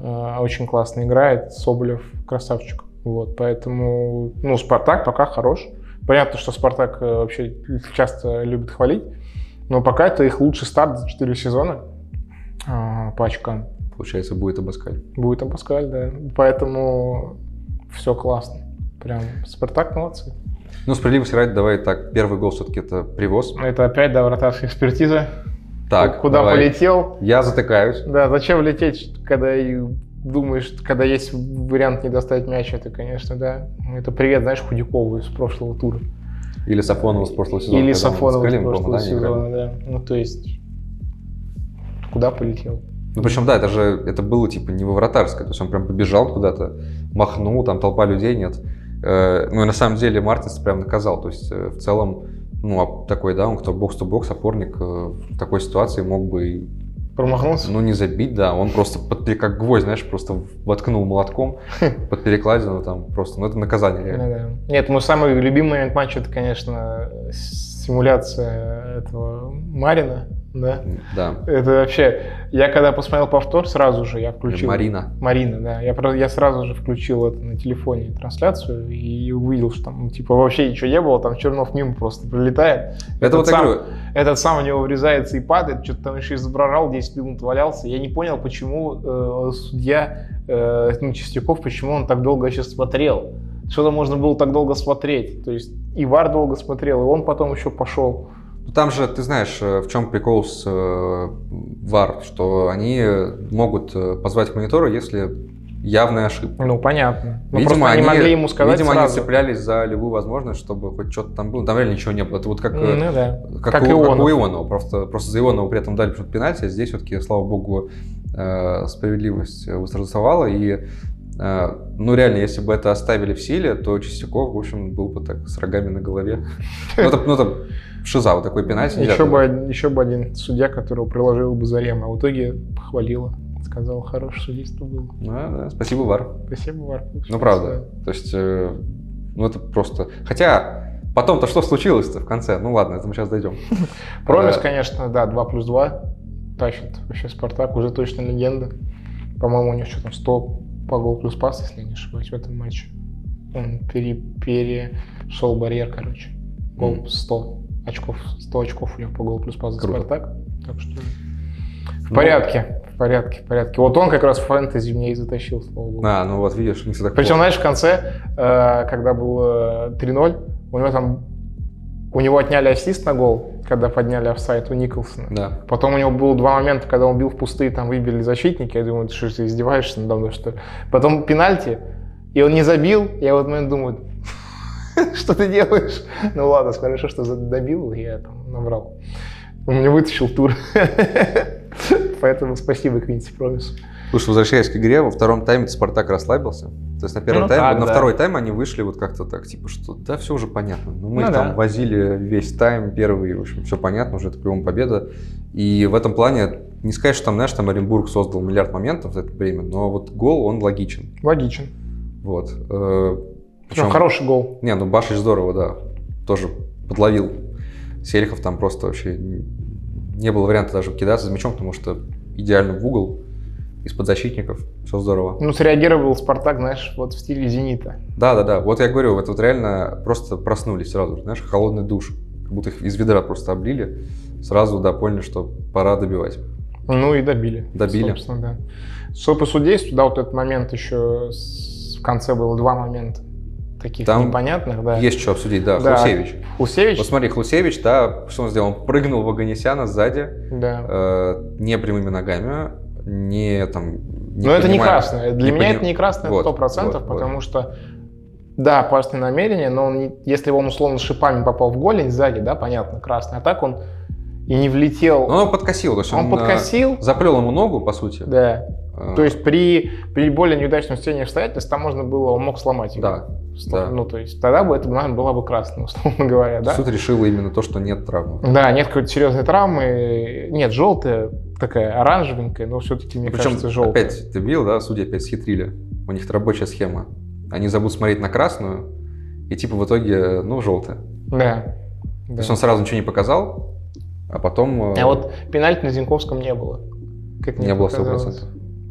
[SPEAKER 1] Э, очень классно играет, Соболев красавчик, вот, поэтому, ну, Спартак пока хорош, понятно, что Спартак э, вообще часто любит хвалить, но пока это их лучший старт за 4 сезона э, по очкам,
[SPEAKER 2] Получается, будет Абаскаль.
[SPEAKER 1] будет Абаскаль, да, поэтому все классно, прям Спартак молодцы.
[SPEAKER 2] Ну, справедливости ради, давай так, первый гол все-таки это привоз.
[SPEAKER 1] Это опять, да, вратарская экспертиза,
[SPEAKER 2] Так,
[SPEAKER 1] куда
[SPEAKER 2] давай.
[SPEAKER 1] полетел,
[SPEAKER 2] Я затыкаюсь.
[SPEAKER 1] Да, зачем лететь, когда и думаешь, когда есть вариант не достать мяч, это, конечно, да. Это привет, знаешь, Худякову из прошлого тура.
[SPEAKER 2] Или Сафонова с Ну, прошлого сезона.
[SPEAKER 1] Или
[SPEAKER 2] когда мы
[SPEAKER 1] Сафонова
[SPEAKER 2] с
[SPEAKER 1] из
[SPEAKER 2] Калином,
[SPEAKER 1] прошлого
[SPEAKER 2] по-моему, да, они играли.
[SPEAKER 1] сезона, да. Ну, то есть, куда полетел?
[SPEAKER 2] Ну, причем, да, это же, это было, типа, не во вратарское. То есть он прям побежал куда-то, махнул, там толпа людей нет. Э, Ну, и на самом деле Мартинс прям наказал. То есть, э, в целом, ну, а такой, да, он кто бокс-то-бокс, опорник э, в такой ситуации мог бы и
[SPEAKER 1] Промахнулся?
[SPEAKER 2] Ну, не забить, да. Он просто под, пере- как гвоздь, знаешь, просто воткнул молотком под перекладину там просто. Ну, это наказание
[SPEAKER 1] Ну,
[SPEAKER 2] реально.
[SPEAKER 1] да. Нет, мой самый любимый момент матча, это, конечно, с- симуляция этого Марина, да.
[SPEAKER 2] Да.
[SPEAKER 1] Это вообще, я когда посмотрел повтор, сразу же я включил.
[SPEAKER 2] Марина.
[SPEAKER 1] Марина, да. Я, про- я сразу же включил это на телефоне трансляцию и увидел, что там, ну, типа, вообще ничего не было, там Чернов мимо просто пролетает.
[SPEAKER 2] Это вот я
[SPEAKER 1] сам,
[SPEAKER 2] говорю,
[SPEAKER 1] Этот сам у него врезается и падает, что-то там еще изображал, 10 минут валялся. Я не понял, почему э, судья, э, ну, Чистяков, почему он так долго еще смотрел. Что-то можно было так долго смотреть. То есть и Вар долго смотрел, и он потом еще пошел.
[SPEAKER 2] ну, там же, ты знаешь, э, в чем прикол с э, ВАР, что они э, могут э, позвать к монитору, если явная ошибка.
[SPEAKER 1] Ну, понятно. Ну,
[SPEAKER 2] Видимо,
[SPEAKER 1] просто они, могли ему сказать
[SPEAKER 2] видимо,
[SPEAKER 1] сразу.
[SPEAKER 2] они цеплялись за любую возможность, чтобы хоть что-то там было. Там реально ничего не было. Это вот как, э,
[SPEAKER 1] Ну да.
[SPEAKER 2] как,
[SPEAKER 1] Как
[SPEAKER 2] у, как
[SPEAKER 1] Ионов.
[SPEAKER 2] у Ионова. Просто, просто за Ионова при этом дали почему-то пенальти, а здесь все-таки, слава богу, э, справедливость восторжествовала. И, э, ну, реально, если бы это оставили в силе, то Чистяков, в общем, был бы так с рогами на голове. Ну, это, ну, это шиза, вот такой пенальти. нельзя
[SPEAKER 1] Еще
[SPEAKER 2] было.
[SPEAKER 1] бы, один- еще бы один судья, которого приложил бы Зарема, а в итоге похвалила. Сказала, хорошее судейство было.
[SPEAKER 2] Да, да, спасибо, Вар.
[SPEAKER 1] Спасибо, Варпу.
[SPEAKER 2] Ну, правда. То есть, э, ну, это просто... Хотя, потом-то что случилось-то в конце? Ну, ладно, это мы сейчас дойдем.
[SPEAKER 1] Промис,
[SPEAKER 2] Э,
[SPEAKER 1] конечно, да, 2 плюс 2 тащит. Вообще Спартак уже точно легенда. По-моему, у него что там, 100 по гол плюс пас, если я не ошибаюсь, в этом матче. Он пере- перешел барьер, короче. Гол
[SPEAKER 2] Мгм.
[SPEAKER 1] 100 очков, 100 очков у него по гол плюс пас за
[SPEAKER 2] Круто.
[SPEAKER 1] Спартак. Так что в
[SPEAKER 2] Ну.
[SPEAKER 1] порядке, в порядке, в порядке. Вот он как раз в фэнтези мне и затащил, слава богу.
[SPEAKER 2] А, ну вот, видишь, не всегда
[SPEAKER 1] Причем,
[SPEAKER 2] плохо.
[SPEAKER 1] знаешь, в конце, э, когда было 3-0, у него там у него отняли ассист на гол, когда подняли офсайт у Николсона.
[SPEAKER 2] Да.
[SPEAKER 1] Потом у него было два момента, когда он бил в пустые, там выбили защитники. Я думаю, «Ты что ж ты издеваешься надо мной, что ли? Потом пенальти, и он не забил. Я в этот момент думаю, что ты делаешь? Ну ладно, хорошо, что за- добил, я там набрал. Он меня вытащил тур. Поэтому спасибо Квинси Промису.
[SPEAKER 2] Слушай, возвращаясь к игре, во втором тайме Спартак расслабился. То есть на первый
[SPEAKER 1] Ну
[SPEAKER 2] тайм,
[SPEAKER 1] так,
[SPEAKER 2] на
[SPEAKER 1] да.
[SPEAKER 2] второй тайм они вышли вот как-то так, типа, что да, все уже понятно. Ну, мы
[SPEAKER 1] Ну
[SPEAKER 2] их там
[SPEAKER 1] да.
[SPEAKER 2] возили весь тайм, первый, в общем, все понятно, уже это прям победа. И в этом плане, не сказать, что там, знаешь, там Оренбург создал миллиард моментов за это время, но вот гол, он логичен.
[SPEAKER 1] Логичен.
[SPEAKER 2] Вот. Э,
[SPEAKER 1] Причем
[SPEAKER 2] причем-
[SPEAKER 1] Ну, хороший гол.
[SPEAKER 2] Не, ну Башич здорово, да. Тоже подловил. Сельхов там просто вообще н- не было варианта даже кидаться с мячом, потому что идеально в угол, из-под защитников. Все здорово.
[SPEAKER 1] Ну, среагировал Спартак, знаешь, вот в стиле «Зенита».
[SPEAKER 2] Да-да-да, вот я говорю, вот, вот реально просто проснулись сразу, знаешь, холодный душ. Как будто их из ведра просто облили. Сразу, да, поняли, что пора добивать.
[SPEAKER 1] Ну и добили.
[SPEAKER 2] Добили.
[SPEAKER 1] Собственно, да. Что по судейству, да, вот этот момент еще с- в конце было два момента таких
[SPEAKER 2] Там
[SPEAKER 1] непонятных, да.
[SPEAKER 2] Есть что обсудить, да,
[SPEAKER 1] Да.
[SPEAKER 2] Хлусевич.
[SPEAKER 1] Хусевич,
[SPEAKER 2] Вот смотри, Хлусевич, да, что он сделал? Он прыгнул в Аганесяна сзади,
[SPEAKER 1] да.
[SPEAKER 2] э, не прямыми ногами, не там... Не
[SPEAKER 1] Но это не
[SPEAKER 2] поднимая-
[SPEAKER 1] красное. Для
[SPEAKER 2] не
[SPEAKER 1] меня
[SPEAKER 2] пони-
[SPEAKER 1] это не красное
[SPEAKER 2] Вот,
[SPEAKER 1] 100%,
[SPEAKER 2] вот, вот.
[SPEAKER 1] потому что, да, опасное намерение, но он не- если он условно шипами попал в голень сзади, да, понятно, красный, а так он и не влетел.
[SPEAKER 2] Ну, он подкосил, то есть он,
[SPEAKER 1] он подкосил,
[SPEAKER 2] э, заплел ему ногу, по сути.
[SPEAKER 1] да.
[SPEAKER 2] Э,
[SPEAKER 1] То есть при, при более неудачном стечении обстоятельств там можно было, он мог сломать его.
[SPEAKER 2] А, да,
[SPEAKER 1] Сто-
[SPEAKER 2] да.
[SPEAKER 1] Ну, то есть тогда бы это, наверное, была бы красная, условно говоря, да?
[SPEAKER 2] суд решил именно то, что нет травмы.
[SPEAKER 1] Да, нет какой-то серьезной травмы. Нет, желтая такая, оранжевенькая, но все-таки, мне
[SPEAKER 2] Причем
[SPEAKER 1] кажется, желтая.
[SPEAKER 2] опять ты видел, да, судьи опять схитрили. У них рабочая схема. Они забудут смотреть на красную, и типа в итоге, ну, желтая.
[SPEAKER 1] Да.
[SPEAKER 2] То
[SPEAKER 1] да.
[SPEAKER 2] есть он сразу ничего не показал, а потом... э,
[SPEAKER 1] А вот пенальти на Зинковском не было. Как мне
[SPEAKER 2] Не было 100%.
[SPEAKER 1] показалось.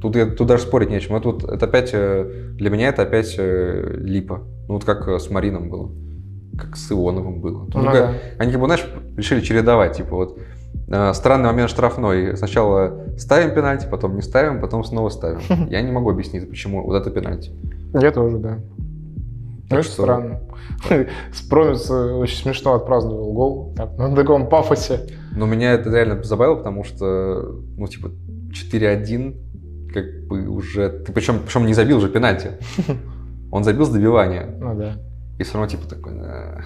[SPEAKER 2] Тут, я- тут даже спорить не о чем. Это, вот, это опять, э, для меня это опять э, липа. Ну, вот как э, с Марином было, как с Ионовым было. Тут
[SPEAKER 1] Ну
[SPEAKER 2] как-
[SPEAKER 1] да.
[SPEAKER 2] Они как бы, знаешь, решили чередовать, типа вот э, странный момент штрафной. Сначала ставим пенальти, потом не ставим, потом снова ставим. Я не могу объяснить, почему вот это пенальти.
[SPEAKER 1] Я тоже, да. Ну,
[SPEAKER 2] Так
[SPEAKER 1] это
[SPEAKER 2] что-
[SPEAKER 1] странно. Спромис э, очень смешно отпраздновал гол. Так, на таком пафосе.
[SPEAKER 2] Но меня это реально забавило, потому что, ну, типа, 4-1, как бы уже... Ты причем, причем не забил уже пенальти. Он забил с добивания.
[SPEAKER 1] Ну да.
[SPEAKER 2] И все равно, типа, такой... «Э,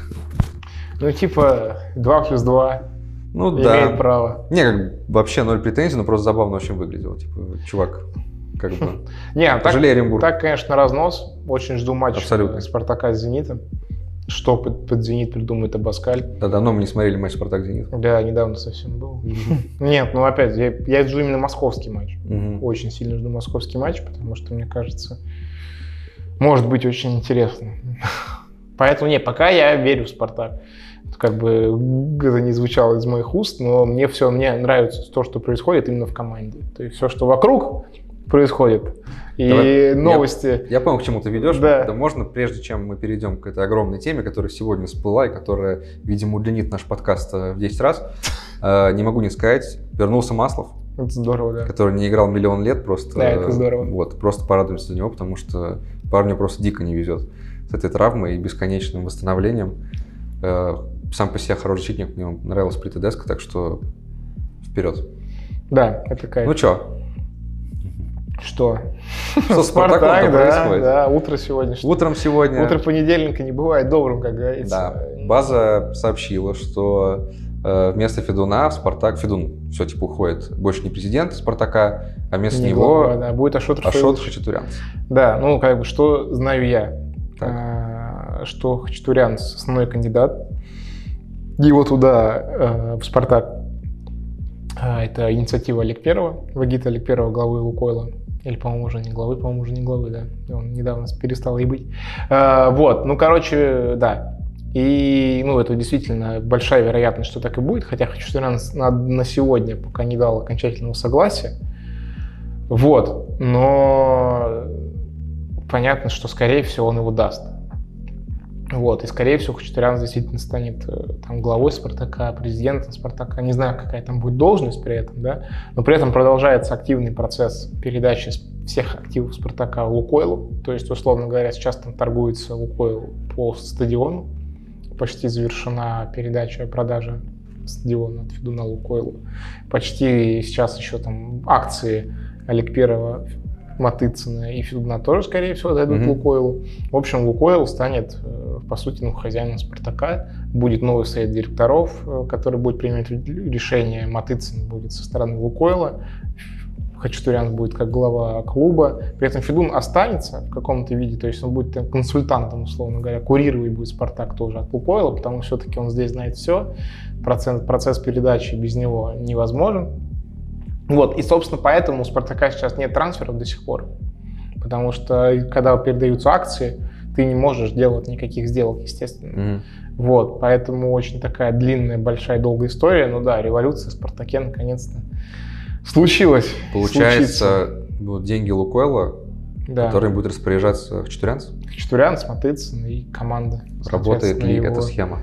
[SPEAKER 1] Ну, типа, 2 плюс 2
[SPEAKER 2] Ну,
[SPEAKER 1] имеет
[SPEAKER 2] да.
[SPEAKER 1] право.
[SPEAKER 2] Не, как бы, вообще ноль претензий, но просто забавно очень выглядело. Типа, чувак, как бы...
[SPEAKER 1] Не, а так
[SPEAKER 2] Пожалей Оренбург.
[SPEAKER 1] Так, конечно, разнос. Очень жду матч
[SPEAKER 2] Абсолютно.
[SPEAKER 1] Спартака с Зенитом. Что под, под Зенит придумает Абаскаль.
[SPEAKER 2] Да, давно мы не смотрели матч «Спартак-Зенит».
[SPEAKER 1] Да, недавно совсем был. Нет, ну опять, я, я жду именно московский матч.
[SPEAKER 2] Мгм.
[SPEAKER 1] Очень сильно жду московский матч, потому что, мне кажется, может быть очень интересно. Поэтому, не, пока я верю в Спартак. Как бы это не звучало из моих уст, но мне все, мне нравится то, что происходит именно в команде. То есть все, что вокруг происходит, и
[SPEAKER 2] Давай. Я-
[SPEAKER 1] новости.
[SPEAKER 2] Я понял, к чему ты ведешь.
[SPEAKER 1] Да.
[SPEAKER 2] можно, прежде чем мы перейдем к этой огромной теме, которая сегодня всплыла и которая, видимо, удлинит наш подкаст э, в 10 раз, э, не могу не сказать, вернулся Маслов,
[SPEAKER 1] Это здорово, да.
[SPEAKER 2] который не играл миллион лет просто.
[SPEAKER 1] Да, это
[SPEAKER 2] э,
[SPEAKER 1] здорово.
[SPEAKER 2] Вот, просто порадуемся за него, потому что парню просто дико не везет с этой травмой и бесконечным восстановлением. Э, Сам по себе хороший защитник, мне он нравился при Тедеско, так что вперед.
[SPEAKER 1] Да, это кайф.
[SPEAKER 2] Ну чё,
[SPEAKER 1] Что?
[SPEAKER 2] Что с Спартаком-то
[SPEAKER 1] да,
[SPEAKER 2] происходит?
[SPEAKER 1] да, утро сегодня. что-
[SPEAKER 2] Утром сегодня...
[SPEAKER 1] Утро понедельника не бывает добрым, как говорится.
[SPEAKER 2] Да. База сообщила, что э, вместо Федуна в Спартак... Федун все, типа, уходит. Больше не президент Спартака, а вместо
[SPEAKER 1] Не главное,
[SPEAKER 2] него
[SPEAKER 1] да, будет Ашот
[SPEAKER 2] Ашот
[SPEAKER 1] Рашидович.
[SPEAKER 2] Хачатурянц.
[SPEAKER 1] Да, ну как бы что знаю я,
[SPEAKER 2] Так.
[SPEAKER 1] А, что Хачатурянц основной кандидат, его туда э, в Спартак. А, это инициатива Олег Первого, Вагита Олег Первого, главы Лукойла. Или, по-моему, уже не главы, по-моему, уже не главы, да. Он недавно перестал и быть. А, вот, ну, короче, да. И, ну, это действительно большая вероятность, что так и будет. Хотя Хачатурянц на, на сегодня пока не дал окончательного согласия. Вот, но понятно, что скорее всего он его даст. Вот, и скорее всего Хачатурян действительно станет э, там главой Спартака, президентом Спартака, не знаю, какая там будет должность при этом, да, но при этом продолжается активный процесс передачи с- всех активов Спартака Лукойлу, то есть, условно говоря, сейчас там торгуется Лукойл по стадиону, почти завершена передача продажа стадиона от Федуна Лукойлу, почти сейчас еще там акции Олег Первого, Матыцына и Федуна тоже, скорее всего, дойдут
[SPEAKER 2] Мгм.
[SPEAKER 1] Лукойлу. В общем, Лукойл станет, э, по сути, ну, хозяином Спартака. Будет новый совет директоров, э, который будет принимать ре- решение. Матыцын будет со стороны Лукойла. Хачатурян будет как глава клуба. При этом Федун останется в каком-то виде, то есть он будет там консультантом, условно говоря, курировать будет Спартак тоже от Лукойла, потому что все-таки он здесь знает все. Процесс, процесс передачи без него невозможен. Вот, и, собственно, поэтому у Спартака сейчас нет трансферов до сих пор. Потому что, когда передаются акции, ты не можешь делать никаких сделок, естественно.
[SPEAKER 2] Мгм.
[SPEAKER 1] Вот, поэтому очень такая длинная, большая, долгая история. Ну да, революция в Спартаке наконец-то случилась.
[SPEAKER 2] Получается, будут деньги Лукойла,
[SPEAKER 1] Случится. да.
[SPEAKER 2] которыми будет распоряжаться Хачатурянц,
[SPEAKER 1] Хачатурян, Матыцын и команда.
[SPEAKER 2] работает ли
[SPEAKER 1] соответственно, его.
[SPEAKER 2] эта схема?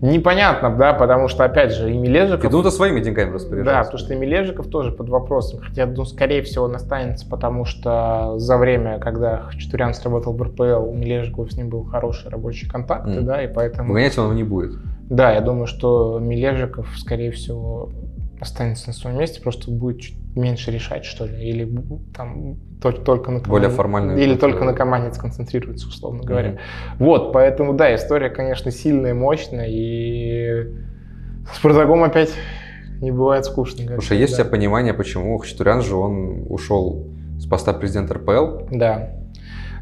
[SPEAKER 1] Непонятно, да, потому что, опять же, и Милежиков...
[SPEAKER 2] Федун-то своими деньгами
[SPEAKER 1] Да,
[SPEAKER 2] распоряжается.
[SPEAKER 1] потому что Милежиков тоже под вопросом. Хотя, ну, скорее всего, он останется, потому что за время, когда Хачатурян сработал в РПЛ, у Милежикова с ним был хороший рабочий контакт,
[SPEAKER 2] Мгм.
[SPEAKER 1] да, и поэтому...
[SPEAKER 2] Выгонять он его не будет.
[SPEAKER 1] Да, я думаю, что Милежиков, скорее всего, останется на своем месте, просто будет чуть меньше решать, что ли, или бу- там то- только на команде.
[SPEAKER 2] Более формально.
[SPEAKER 1] Или
[SPEAKER 2] Это-
[SPEAKER 1] только на команде сконцентрируется, условно говоря. Вот, поэтому, да, история, конечно, сильная, мощная, и с Спартаком опять не бывает скучно. как
[SPEAKER 2] Потому что есть у
[SPEAKER 1] всегда.
[SPEAKER 2] тебя понимание, почему Хачатурян же он ушел с поста президента РПЛ.
[SPEAKER 1] Да.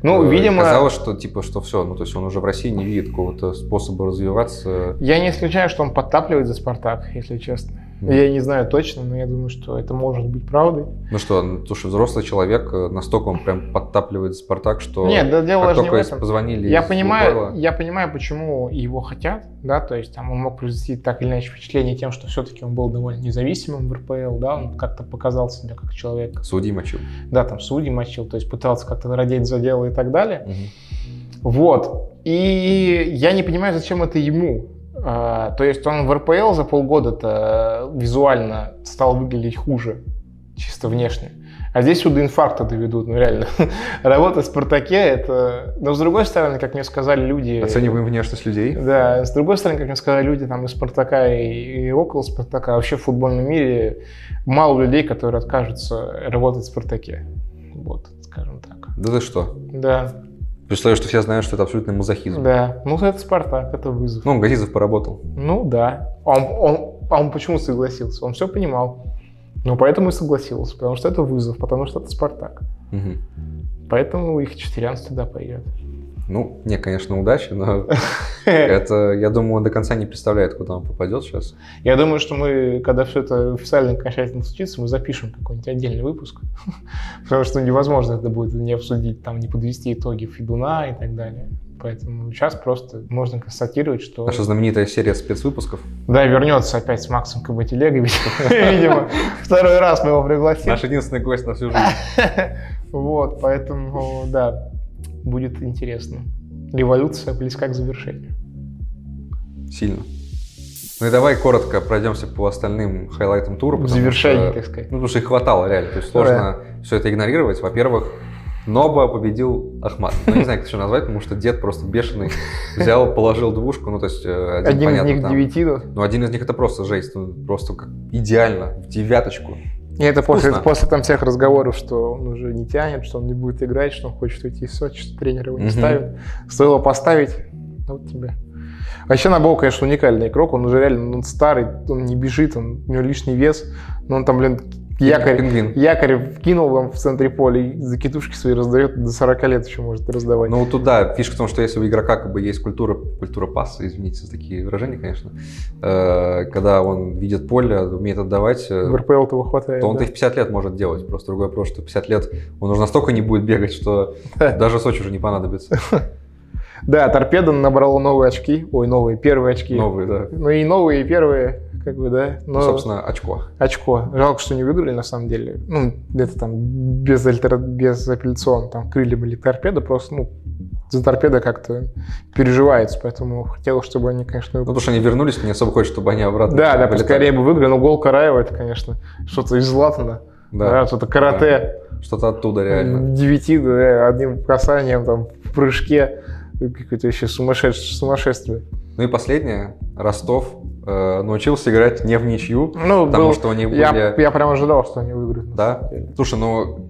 [SPEAKER 1] Ну,
[SPEAKER 2] Э,
[SPEAKER 1] видимо,
[SPEAKER 2] Казалось, что типа, что все, ну то есть он уже в России не видит какого-то способа развиваться.
[SPEAKER 1] я не исключаю, что он подтапливает за Спартак, если честно.
[SPEAKER 2] Мгм.
[SPEAKER 1] Я не знаю точно, но я думаю, что это может быть правдой.
[SPEAKER 2] Ну что, ну, то, что взрослый человек, э, настолько он прям подтапливает Спартак, что
[SPEAKER 1] Нет, да, дело
[SPEAKER 2] как
[SPEAKER 1] даже не в
[SPEAKER 2] только из-
[SPEAKER 1] этом.
[SPEAKER 2] позвонили
[SPEAKER 1] Я
[SPEAKER 2] из
[SPEAKER 1] понимаю,
[SPEAKER 2] Лукойла,
[SPEAKER 1] я понимаю, почему его хотят, да, то есть там он мог произвести так или иначе впечатление тем, что все-таки он был довольно независимым в РПЛ, да, он как-то показал себя как человек,
[SPEAKER 2] судей мочил.
[SPEAKER 1] да, там судьи мочил, то есть пытался как-то родить за дело и так далее. Вот. И я не понимаю, зачем это ему. А, То есть он в РПЛ за полгода-то э, визуально стал выглядеть хуже, чисто внешне. А здесь его до инфаркта доведут, ну реально. Работа в Спартаке это... Но с другой стороны, как мне сказали люди...
[SPEAKER 2] Оцениваем внешность людей.
[SPEAKER 1] Да, с другой стороны, как мне сказали люди там из Спартака и, и около Спартака, вообще в футбольном мире мало людей, которые откажутся работать в Спартаке. Вот, скажем так.
[SPEAKER 2] Да ты что?
[SPEAKER 1] Да.
[SPEAKER 2] Представляю, что все знают, что это абсолютный мазохизм.
[SPEAKER 1] Да, ну это Спартак, это вызов. Ну,
[SPEAKER 2] Ну, Газизов поработал.
[SPEAKER 1] да. А он, он- а он почему согласился? Он все понимал. Ну поэтому и согласился, потому что это вызов, потому что это Спартак.
[SPEAKER 2] Мгм.
[SPEAKER 1] Поэтому их четырянс туда пойдет.
[SPEAKER 2] Ну, не, конечно, удачи, но это, я думаю, он до конца не представляет, куда он попадет сейчас.
[SPEAKER 1] Я думаю, что мы, когда все это официально окончательно случится, мы запишем какой-нибудь отдельный выпуск. Потому что невозможно это будет не обсудить, там, не подвести итоги Федуна и так далее. Поэтому сейчас просто можно констатировать, что...
[SPEAKER 2] Наша знаменитая серия спецвыпусков.
[SPEAKER 1] Да, вернется опять с Максом Кабателегой, видимо. Второй раз мы его пригласили.
[SPEAKER 2] Наш единственный гость на всю жизнь.
[SPEAKER 1] Вот, поэтому, да, будет интересно. Революция близка к завершению.
[SPEAKER 2] Сильно. Ну и давай коротко пройдемся по остальным хайлайтам тура.
[SPEAKER 1] К
[SPEAKER 2] потому
[SPEAKER 1] завершению,
[SPEAKER 2] что-
[SPEAKER 1] так сказать.
[SPEAKER 2] Ну, потому что их хватало, реально. То есть сложно все это игнорировать. Во-первых, Ноба победил Ахмат. Ну, не знаю, как это еще назвать, потому что дед просто бешеный. Взял, положил двушку. Ну, то есть, э, один,
[SPEAKER 1] Один из
[SPEAKER 2] понятно,
[SPEAKER 1] них
[SPEAKER 2] там.
[SPEAKER 1] девятину.
[SPEAKER 2] Ну, один из них это просто жесть. Ну, просто как идеально, в девяточку.
[SPEAKER 1] И это после,
[SPEAKER 2] Вкусно.
[SPEAKER 1] после там всех разговоров, что он уже не тянет, что он не будет играть, что он хочет уйти из Сочи, что тренер его не
[SPEAKER 2] Мгм.
[SPEAKER 1] ставит. Стоило поставить, ну, вот тебе. А Вообще Набоков, конечно, уникальный игрок, он уже реально, ну, он старый, он не бежит, он, у него лишний вес, но он там, блин, якорь,
[SPEAKER 2] Пингвин.
[SPEAKER 1] якорь вкинул там в центре поля и закидушки свои раздает, до 40 лет еще может раздавать.
[SPEAKER 2] Ну, туда фишка в том, что если у игрока как бы есть культура, культура паса, извините за такие выражения, конечно, э, когда он видит поле, умеет отдавать, э,
[SPEAKER 1] в РПЛ того хватает.
[SPEAKER 2] то он
[SPEAKER 1] да.
[SPEAKER 2] их 50 лет может делать. Просто другой вопрос, что 50 лет он уже настолько не будет бегать, что
[SPEAKER 1] Да.
[SPEAKER 2] даже Сочи уже не понадобится.
[SPEAKER 1] Да, торпеда набрала новые очки, ой, новые, первые очки.
[SPEAKER 2] Новые, да.
[SPEAKER 1] Ну и новые, и первые, как бы, да.
[SPEAKER 2] Ну,
[SPEAKER 1] Но...
[SPEAKER 2] собственно, очко.
[SPEAKER 1] очко. Жалко, что не выиграли, на самом деле. Ну, где-то там без, альтер... без апелляцион, там крылья были торпеда, просто, ну, за торпеда как-то переживается, поэтому хотелось, чтобы они, конечно,
[SPEAKER 2] Ну, потому что они вернулись, не особо хочется, чтобы они обратно
[SPEAKER 1] да, да,
[SPEAKER 2] вылетали.
[SPEAKER 1] поскорее бы выиграли, но гол Караева, это, конечно, что-то из Златана, да.
[SPEAKER 2] Да,
[SPEAKER 1] что-то карате,
[SPEAKER 2] что-то оттуда реально.
[SPEAKER 1] девяти, да, одним касанием, там, в прыжке, какое-то еще сумасшедшее, сумасшествие.
[SPEAKER 2] Ну и последнее. Ростов э, научился играть не в ничью,
[SPEAKER 1] Ну,
[SPEAKER 2] потому
[SPEAKER 1] был-
[SPEAKER 2] что у них были...
[SPEAKER 1] я, я прям ожидал, что они выиграют. на
[SPEAKER 2] Да?
[SPEAKER 1] самом деле.
[SPEAKER 2] Слушай, ну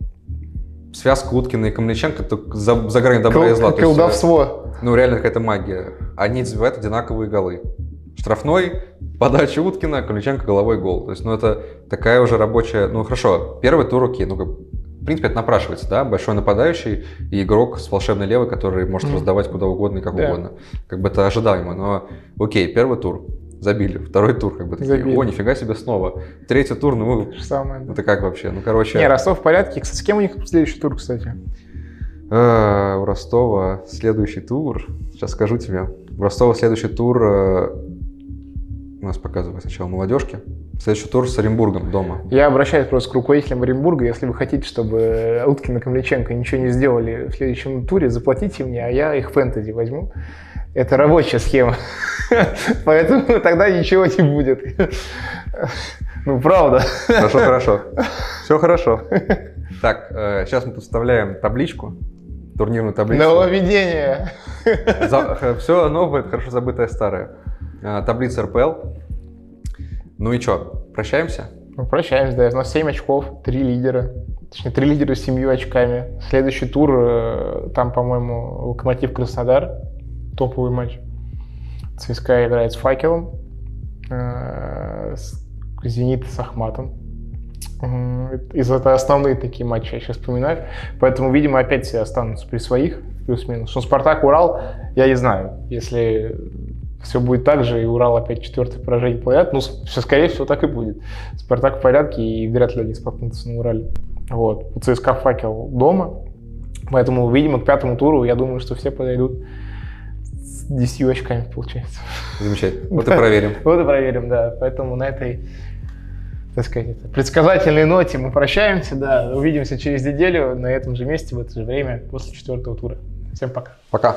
[SPEAKER 2] связка Уткина и Камличенко это за, за грани добра и
[SPEAKER 1] Кол-
[SPEAKER 2] зла. То есть, э,
[SPEAKER 1] колдовство.
[SPEAKER 2] ну, реально какая-то магия. Они забивают одинаковые голы. Штрафной, подача Уткина, Камличенко головой гол. То есть, ну, это такая уже рабочая... Ну, хорошо, первый тур руки, ну, как- в принципе, это напрашивается, да? Большой нападающий и игрок с волшебной левой, который может
[SPEAKER 1] Мгм.
[SPEAKER 2] раздавать куда угодно и как
[SPEAKER 1] Да.
[SPEAKER 2] угодно. Как бы это ожидаемо, но окей, первый тур забили, второй тур как бы такие,
[SPEAKER 1] Забили.
[SPEAKER 2] о, нифига себе, снова. Третий тур, ну,
[SPEAKER 1] Самое, да.
[SPEAKER 2] это как вообще? Ну, короче...
[SPEAKER 1] Не, Ростов в порядке. Кстати, с кем у них следующий тур, кстати?
[SPEAKER 2] Э, У Ростова следующий тур. Сейчас скажу тебе. У Ростова следующий тур. э, У нас показывают сначала молодежки. Следующий тур с Оренбургом дома.
[SPEAKER 1] Я обращаюсь просто к руководителям Оренбурга. Если вы хотите, чтобы Уткин и Камличенко ничего не сделали в следующем туре, заплатите мне, а я их фэнтези возьму. Это рабочая схема. Поэтому тогда ничего не будет. Ну, правда.
[SPEAKER 2] Хорошо, хорошо. Все хорошо. Так, э, сейчас мы подставляем табличку. Турнирную
[SPEAKER 1] Ну,
[SPEAKER 2] таблицу.
[SPEAKER 1] Нововведение.
[SPEAKER 2] Все новое, хорошо забытое старое. Э, Таблица РПЛ. Ну и что, прощаемся?
[SPEAKER 1] Ну, прощаемся, да. У нас 7 очков, 3 лидера. Точнее, 3 лидера с 7 очками. Следующий тур, э, там, по-моему, Локомотив Краснодар. Топовый матч. ЦСКА играет с Факелом. э, с- Зенит с Ахматом. М, Из это основные такие матчи я сейчас вспоминаю. Поэтому, видимо, опять все останутся при своих, плюс-минус. Но Спартак, Урал, я не знаю. Если все будет так же, и Урал опять четвертое поражение подряд, ну, все, скорее всего, так и будет. Спартак в порядке, и вряд ли они споткнутся на Урале. Вот. У ЦСКА факел дома. Поэтому, видимо, к пятому туру, я думаю, что все подойдут с 10 очками, получается.
[SPEAKER 2] Замечательно. Вот и проверим.
[SPEAKER 1] Вот и проверим, да. Поэтому на этой, так сказать, это, предсказательной ноте мы прощаемся, да. Увидимся через неделю на этом же месте, в это же время, после четвертого тура. Всем пока.
[SPEAKER 2] Пока.